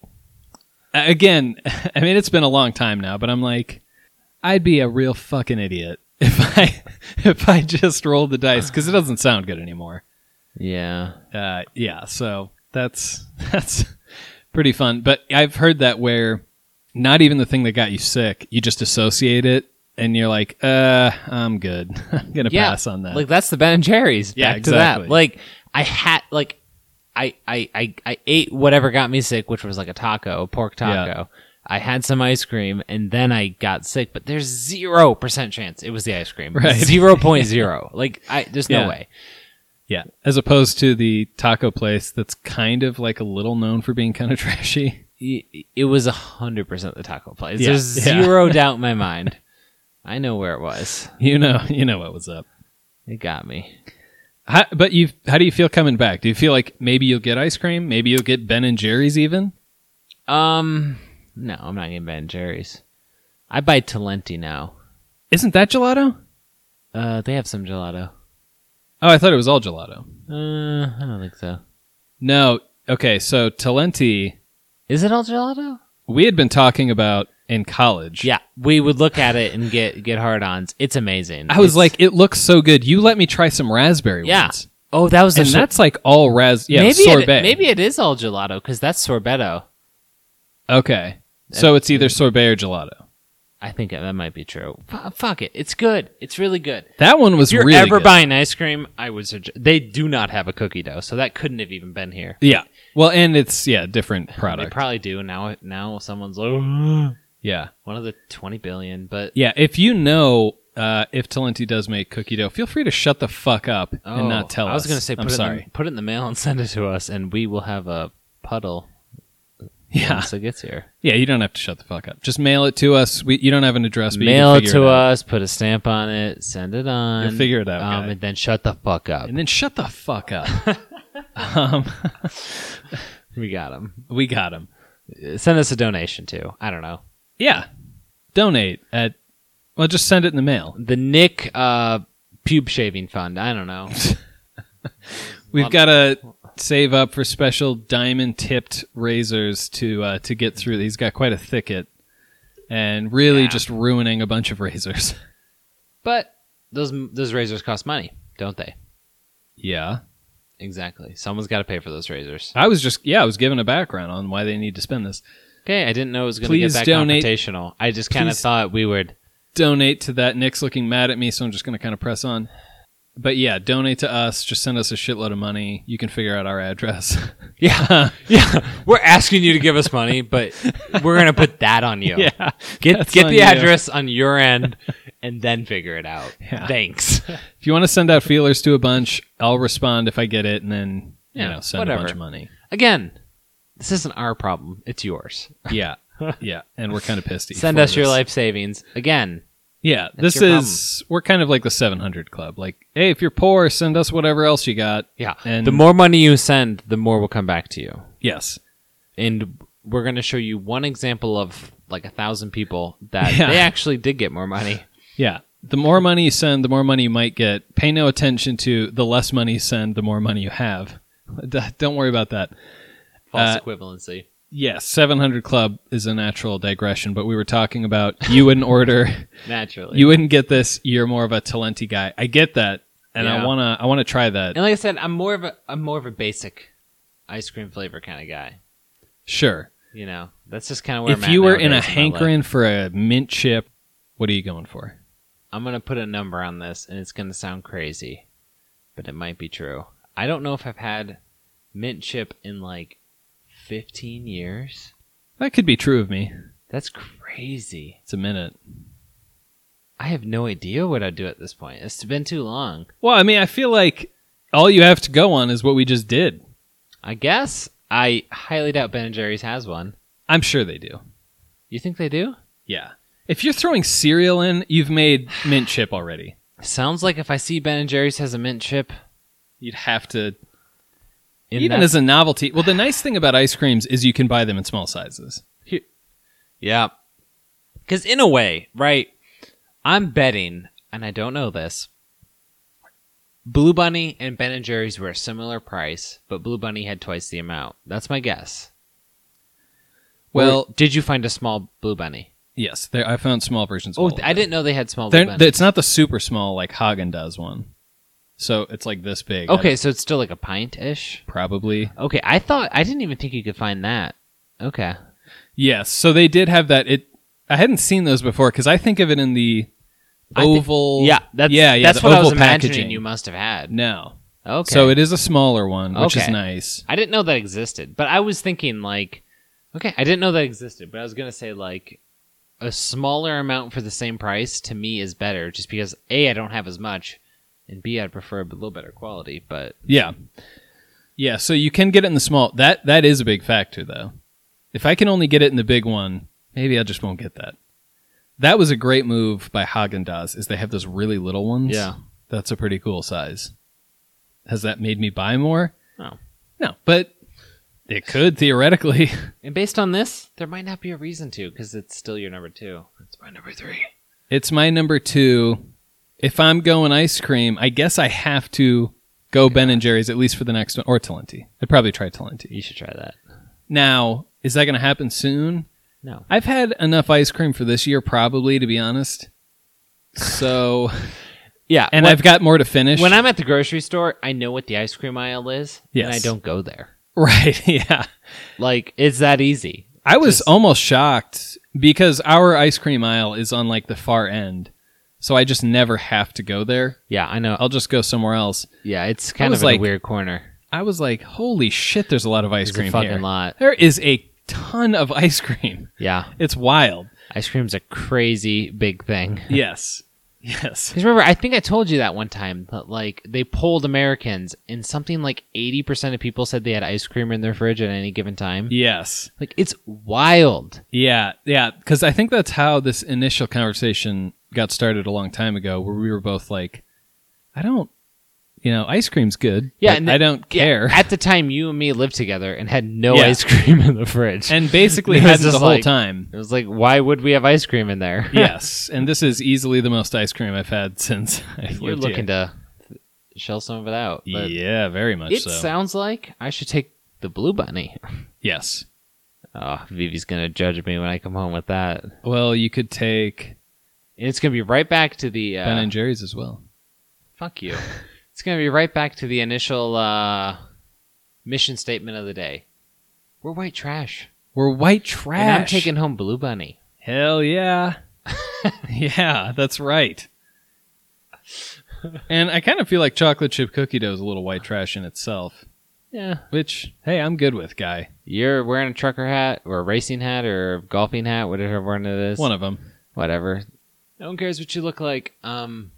[SPEAKER 2] a- again, [LAUGHS] I mean it's been a long time now, but I'm like I'd be a real fucking idiot [LAUGHS] if I if I just rolled the dice cuz it doesn't sound good anymore.
[SPEAKER 1] [LAUGHS] yeah.
[SPEAKER 2] uh, yeah, so that's [LAUGHS] that's pretty fun. But I've heard that where not even the thing that got you sick, you just associate it, and you're like, uh, I'm good. [LAUGHS] I'm gonna pass on that.
[SPEAKER 1] Like that's the Ben and Jerry's. Back
[SPEAKER 2] Yeah,
[SPEAKER 1] to
[SPEAKER 2] exactly.
[SPEAKER 1] that. Like I had like I, I I I ate whatever got me sick, which was like a taco, a pork
[SPEAKER 2] Yeah.
[SPEAKER 1] taco. I had some ice cream and then I got sick, but there's zero percent chance it was the ice cream.
[SPEAKER 2] Right. [LAUGHS]
[SPEAKER 1] Zero point zero. Like I there's
[SPEAKER 2] Yeah.
[SPEAKER 1] no way.
[SPEAKER 2] yeah, as opposed to the taco place that's kind of like a little known for being kind of [LAUGHS] trashy.
[SPEAKER 1] It, it was hundred percent the taco place.
[SPEAKER 2] Yeah.
[SPEAKER 1] There's
[SPEAKER 2] Yeah. [LAUGHS]
[SPEAKER 1] zero doubt in my mind. I know where it was.
[SPEAKER 2] You know, you know what was up.
[SPEAKER 1] It got me.
[SPEAKER 2] How, but you, how do you feel coming back? Do you feel like maybe you'll get ice cream? Maybe you'll get Ben and Jerry's even?
[SPEAKER 1] Um no, I'm not getting Ben and Jerry's. I buy Talenti now.
[SPEAKER 2] Isn't that gelato?
[SPEAKER 1] Uh, they have some gelato.
[SPEAKER 2] Oh, I thought it was all gelato.
[SPEAKER 1] Uh, I don't think so.
[SPEAKER 2] No. Okay, so Talenti
[SPEAKER 1] Is it all gelato?
[SPEAKER 2] we had been talking about in college.
[SPEAKER 1] Yeah, we would look at it and get get hard-ons. It's amazing.
[SPEAKER 2] I was
[SPEAKER 1] It's-
[SPEAKER 2] like, it looks so good. You let me try some raspberry
[SPEAKER 1] Yeah.
[SPEAKER 2] ones.
[SPEAKER 1] oh, that was the
[SPEAKER 2] And
[SPEAKER 1] sor-
[SPEAKER 2] that's like all ras yeah,
[SPEAKER 1] maybe
[SPEAKER 2] sorbet.
[SPEAKER 1] It, maybe it is all gelato because that's sorbetto.
[SPEAKER 2] Okay. So it's either sorbet or gelato.
[SPEAKER 1] I think that might be true. Fu fuck it, it's good. It's really good.
[SPEAKER 2] That one was
[SPEAKER 1] If you're
[SPEAKER 2] really
[SPEAKER 1] ever
[SPEAKER 2] good.
[SPEAKER 1] buying ice cream, I would suggest they do not have a cookie dough, so that couldn't have even been here.
[SPEAKER 2] Yeah. Well, and it's yeah, different
[SPEAKER 1] They
[SPEAKER 2] product.
[SPEAKER 1] probably do now. Now someone's like "Ugh."
[SPEAKER 2] yeah.
[SPEAKER 1] one of the twenty billion, but
[SPEAKER 2] Yeah, if you know uh, if Talenti does make cookie dough, feel free to shut the fuck up
[SPEAKER 1] Oh,
[SPEAKER 2] and not tell us.
[SPEAKER 1] I was going to say, put
[SPEAKER 2] I'm
[SPEAKER 1] it
[SPEAKER 2] sorry.
[SPEAKER 1] In the, put it in the mail and [LAUGHS] send it to us, and we will have a puddle
[SPEAKER 2] yeah,
[SPEAKER 1] once it gets here.
[SPEAKER 2] yeah, you don't have to shut the fuck up. Just mail it to us. We, you don't have an address. But
[SPEAKER 1] mail
[SPEAKER 2] you
[SPEAKER 1] it
[SPEAKER 2] can figure
[SPEAKER 1] to
[SPEAKER 2] it out.
[SPEAKER 1] us, put a stamp on it, send it on.
[SPEAKER 2] You'll figure it out,
[SPEAKER 1] um,
[SPEAKER 2] guy.
[SPEAKER 1] and then shut the fuck up.
[SPEAKER 2] and then shut the fuck up. [LAUGHS] um,
[SPEAKER 1] We got them.
[SPEAKER 2] we got him.
[SPEAKER 1] Send us a donation too. I don't know.
[SPEAKER 2] Yeah. Donate at well, just send it in the mail.
[SPEAKER 1] The Nick uh, Pube Shaving Fund. I don't know.
[SPEAKER 2] We've got to save up for special diamond tipped razors to uh, to get through. He's got quite a thicket, and really
[SPEAKER 1] Yeah.
[SPEAKER 2] just ruining a bunch of razors.
[SPEAKER 1] but those those razors cost money, don't they?
[SPEAKER 2] yeah,
[SPEAKER 1] Exactly. Someone's got to pay for those razors.
[SPEAKER 2] I was just yeah, I was given a background on why they need to spend this.
[SPEAKER 1] Okay, I didn't know it was going to
[SPEAKER 2] Please
[SPEAKER 1] get that
[SPEAKER 2] donate-
[SPEAKER 1] confrontational. I just kind of
[SPEAKER 2] Please-
[SPEAKER 1] thought we would.
[SPEAKER 2] Donate to that. Nick's looking mad at me, so I'm just going to kind of press on. But yeah, donate to us. Just send us a shitload of money. You can figure out our address.
[SPEAKER 1] [LAUGHS]
[SPEAKER 2] [LAUGHS]
[SPEAKER 1] Yeah, yeah. We're asking you to give us money, but we're gonna put that on
[SPEAKER 2] [LAUGHS]
[SPEAKER 1] you. get
[SPEAKER 2] that's
[SPEAKER 1] [LAUGHS] get
[SPEAKER 2] on
[SPEAKER 1] the
[SPEAKER 2] you.
[SPEAKER 1] address on your end, and then figure it out.
[SPEAKER 2] [LAUGHS] Yeah.
[SPEAKER 1] Thanks.
[SPEAKER 2] If you want to send out feelers to a bunch, I'll respond if I get it, and then
[SPEAKER 1] Yeah,
[SPEAKER 2] you know send a
[SPEAKER 1] whatever.
[SPEAKER 2] bunch of money.
[SPEAKER 1] Again, this isn't our problem; it's yours. [LAUGHS]
[SPEAKER 2] Yeah, yeah, and we're kind of pissed. At you
[SPEAKER 1] Send
[SPEAKER 2] for
[SPEAKER 1] us your
[SPEAKER 2] this.
[SPEAKER 1] life savings. Again,
[SPEAKER 2] Yeah,
[SPEAKER 1] That's
[SPEAKER 2] this
[SPEAKER 1] your
[SPEAKER 2] is we're kind of like the 700 Club. Like, hey, if you're poor, send us whatever else you got.
[SPEAKER 1] yeah.
[SPEAKER 2] And-
[SPEAKER 1] the more money you send, the more will come back to you.
[SPEAKER 2] Yes,
[SPEAKER 1] And we're gonna show you one example of like a thousand people that
[SPEAKER 2] Yeah.
[SPEAKER 1] they actually did get more money.
[SPEAKER 2] yeah. The more money you send, the more money you might get. Pay no attention to the less money you send, the more money you have. [LAUGHS] D- Don't worry about that.
[SPEAKER 1] False
[SPEAKER 2] [LAUGHS] Uh,
[SPEAKER 1] equivalency.
[SPEAKER 2] Yes, 700 Club is a natural digression, but we were talking
[SPEAKER 1] [LAUGHS]
[SPEAKER 2] about you wouldn't order
[SPEAKER 1] Naturally.
[SPEAKER 2] you wouldn't get this. You're more of a Talenti guy. I get that, and
[SPEAKER 1] Yeah.
[SPEAKER 2] I wanna I wanna try that.
[SPEAKER 1] and like I said, I'm more of a I'm more of a basic ice cream flavor kind of guy.
[SPEAKER 2] Sure.
[SPEAKER 1] You know, that's just kind of where
[SPEAKER 2] if
[SPEAKER 1] I'm
[SPEAKER 2] you
[SPEAKER 1] at
[SPEAKER 2] were in a
[SPEAKER 1] nowadays my life.
[SPEAKER 2] hankering for a mint chip, what are you going for?
[SPEAKER 1] I'm gonna put a number on this, and it's gonna sound crazy, but it might be true. I don't know if I've had mint chip in like 15 years.
[SPEAKER 2] That could be true of me.
[SPEAKER 1] That's crazy.
[SPEAKER 2] It's a minute.
[SPEAKER 1] I have no idea what I'd do at this point. It's been too long.
[SPEAKER 2] Well, I mean, I feel like all you have to go on is what we just did.
[SPEAKER 1] I guess I highly doubt Ben and Jerry's has one.
[SPEAKER 2] I'm sure they do.
[SPEAKER 1] You think they do?
[SPEAKER 2] Yeah. If you're throwing cereal in,
[SPEAKER 1] [SIGHS]
[SPEAKER 2] you've made mint chip already.
[SPEAKER 1] Sounds like if I see Ben and Jerry's has a mint chip,
[SPEAKER 2] You'd have to
[SPEAKER 1] in
[SPEAKER 2] even
[SPEAKER 1] that-
[SPEAKER 2] as a novelty. Well, the nice thing about ice creams is you can buy them in small sizes.
[SPEAKER 1] Yeah. Because, in a way, right, I'm betting, and I don't know this, Blue Bunny and Ben and Jerry's were a similar price, but Blue Bunny had twice the amount. That's my guess.
[SPEAKER 2] Well,
[SPEAKER 1] Or did you find a small Blue Bunny?
[SPEAKER 2] yes, there, I found small versions. of
[SPEAKER 1] Oh,
[SPEAKER 2] all of
[SPEAKER 1] I
[SPEAKER 2] them.
[SPEAKER 1] didn't know they had small Blue
[SPEAKER 2] They're,
[SPEAKER 1] Bunny.
[SPEAKER 2] it's not the super small like Hagen does one. So it's like this big. I
[SPEAKER 1] Okay, so it's still like a pint ish.
[SPEAKER 2] don't- probably.
[SPEAKER 1] Okay, I thought, I didn't even think you could find that. Okay.
[SPEAKER 2] Yes. So they did have that. It. I hadn't seen those before because I think of it in the
[SPEAKER 1] I thi-
[SPEAKER 2] oval.
[SPEAKER 1] Yeah, that's,
[SPEAKER 2] yeah, yeah.
[SPEAKER 1] that's
[SPEAKER 2] the
[SPEAKER 1] what I
[SPEAKER 2] oval
[SPEAKER 1] was imagining
[SPEAKER 2] packaging.
[SPEAKER 1] you must have had.
[SPEAKER 2] No.
[SPEAKER 1] Okay.
[SPEAKER 2] So it is a smaller one, which is
[SPEAKER 1] Okay.
[SPEAKER 2] nice.
[SPEAKER 1] I didn't know that existed, but I was thinking like, okay, I didn't know that existed, but I was gonna say like, a smaller amount for the same price to me is better, just because a I don't have as much, and b I prefer a little better quality. But
[SPEAKER 2] Yeah. Yeah. So you can get it in the small. That that is a big factor though. If I can only get it in the big one, maybe I just won't get that. That was a great move by Hagen Dazs. Is they have those really little ones.
[SPEAKER 1] Yeah.
[SPEAKER 2] That's a pretty cool size. Has that made me buy more?
[SPEAKER 1] No.
[SPEAKER 2] No, but it could theoretically. [LAUGHS]
[SPEAKER 1] and based on this, there might not be a reason to, because it's still your number two. It's my number three.
[SPEAKER 2] It's my number two. If I'm going ice cream, I guess I have to
[SPEAKER 1] Oh
[SPEAKER 2] go Ben and Jerry's at least for the next one, or Talenti. I'd probably try Talenti.
[SPEAKER 1] You should try that.
[SPEAKER 2] Now, is that going to happen soon?
[SPEAKER 1] No,
[SPEAKER 2] I've had enough ice cream for this year, probably to be honest.
[SPEAKER 1] [LAUGHS]
[SPEAKER 2] So,
[SPEAKER 1] yeah,
[SPEAKER 2] and
[SPEAKER 1] when,
[SPEAKER 2] I've got more to finish.
[SPEAKER 1] when I'm at the grocery store, I know what the ice cream aisle is, and
[SPEAKER 2] Yes.
[SPEAKER 1] I don't go there.
[SPEAKER 2] [LAUGHS] right, yeah,
[SPEAKER 1] Like it's that easy.
[SPEAKER 2] I was
[SPEAKER 1] Just-
[SPEAKER 2] almost shocked because our ice cream aisle is on like the far end, so I just never have to go there.
[SPEAKER 1] Yeah, I know. Oh,
[SPEAKER 2] I'll just go somewhere else.
[SPEAKER 1] Yeah, it's kind
[SPEAKER 2] was
[SPEAKER 1] of in
[SPEAKER 2] like-
[SPEAKER 1] a weird corner.
[SPEAKER 2] I was like, holy shit, there's a lot of ice
[SPEAKER 1] It's
[SPEAKER 2] cream
[SPEAKER 1] a fucking
[SPEAKER 2] here.
[SPEAKER 1] lot.
[SPEAKER 2] There is a ton of [LAUGHS] ice cream.
[SPEAKER 1] Yeah,
[SPEAKER 2] It's wild.
[SPEAKER 1] ice cream's a crazy big thing.
[SPEAKER 2] yes, yes.
[SPEAKER 1] Because remember, I think I told you that one time that like they polled Americans, and something like eighty percent of people said they had ice cream in their fridge at any given time.
[SPEAKER 2] Yes.
[SPEAKER 1] Like it's wild.
[SPEAKER 2] Yeah, yeah, because I think that's how this initial conversation got started a long time ago, where we were both like, "I don't, you know, ice cream's good.
[SPEAKER 1] Yeah,
[SPEAKER 2] but
[SPEAKER 1] and
[SPEAKER 2] I don't
[SPEAKER 1] yeah,
[SPEAKER 2] care."
[SPEAKER 1] [LAUGHS] At the time, you and me lived together and had no
[SPEAKER 2] Yeah.
[SPEAKER 1] ice cream in the fridge.
[SPEAKER 2] [LAUGHS] and basically
[SPEAKER 1] It was
[SPEAKER 2] had the
[SPEAKER 1] just
[SPEAKER 2] whole
[SPEAKER 1] like-
[SPEAKER 2] time.
[SPEAKER 1] [LAUGHS] it was like, why would we have ice cream in there? [LAUGHS]
[SPEAKER 2] yes, and this is easily the most ice cream I've had [LAUGHS] since I've
[SPEAKER 1] you're
[SPEAKER 2] lived
[SPEAKER 1] looking
[SPEAKER 2] here.
[SPEAKER 1] to shell some of it out. But
[SPEAKER 2] yeah, very much
[SPEAKER 1] it
[SPEAKER 2] so.
[SPEAKER 1] sounds like I should take the blue bunny.
[SPEAKER 2] yes.
[SPEAKER 1] Oh, Vivi's gonna judge me when I come home with that.
[SPEAKER 2] Well, you could take
[SPEAKER 1] And it's gonna be right back to the uh,
[SPEAKER 2] Ben and Jerry's as well.
[SPEAKER 1] fuck you. it's gonna be right back to the initial uh, mission statement of the day. We're white trash.
[SPEAKER 2] We're white trash.
[SPEAKER 1] And I'm taking home Blue Bunny.
[SPEAKER 2] Hell [LAUGHS] yeah. yeah, that's right. and I kind of feel like chocolate chip cookie dough is a little white trash in itself,
[SPEAKER 1] Yeah.
[SPEAKER 2] which, hey, I'm good with, guy.
[SPEAKER 1] You're wearing a trucker hat or a racing hat or a golfing hat, whatever one it is.
[SPEAKER 2] One of them.
[SPEAKER 1] Whatever. No one cares what you look like. Um,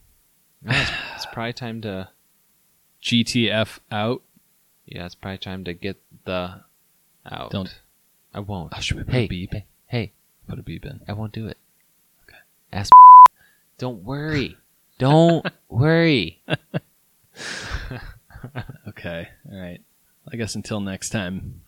[SPEAKER 1] no, it's, it's probably time to
[SPEAKER 2] GTF out.
[SPEAKER 1] yeah, it's probably time to get the out.
[SPEAKER 2] Don't.
[SPEAKER 1] I won't.
[SPEAKER 2] Oh, should we put
[SPEAKER 1] Hey,
[SPEAKER 2] a beep?
[SPEAKER 1] hey, hey.
[SPEAKER 2] Put a beep in.
[SPEAKER 1] I won't do it. Okay. Ask. Don't worry. [LAUGHS] Don't worry.
[SPEAKER 2] Okay. All right. I guess until next time.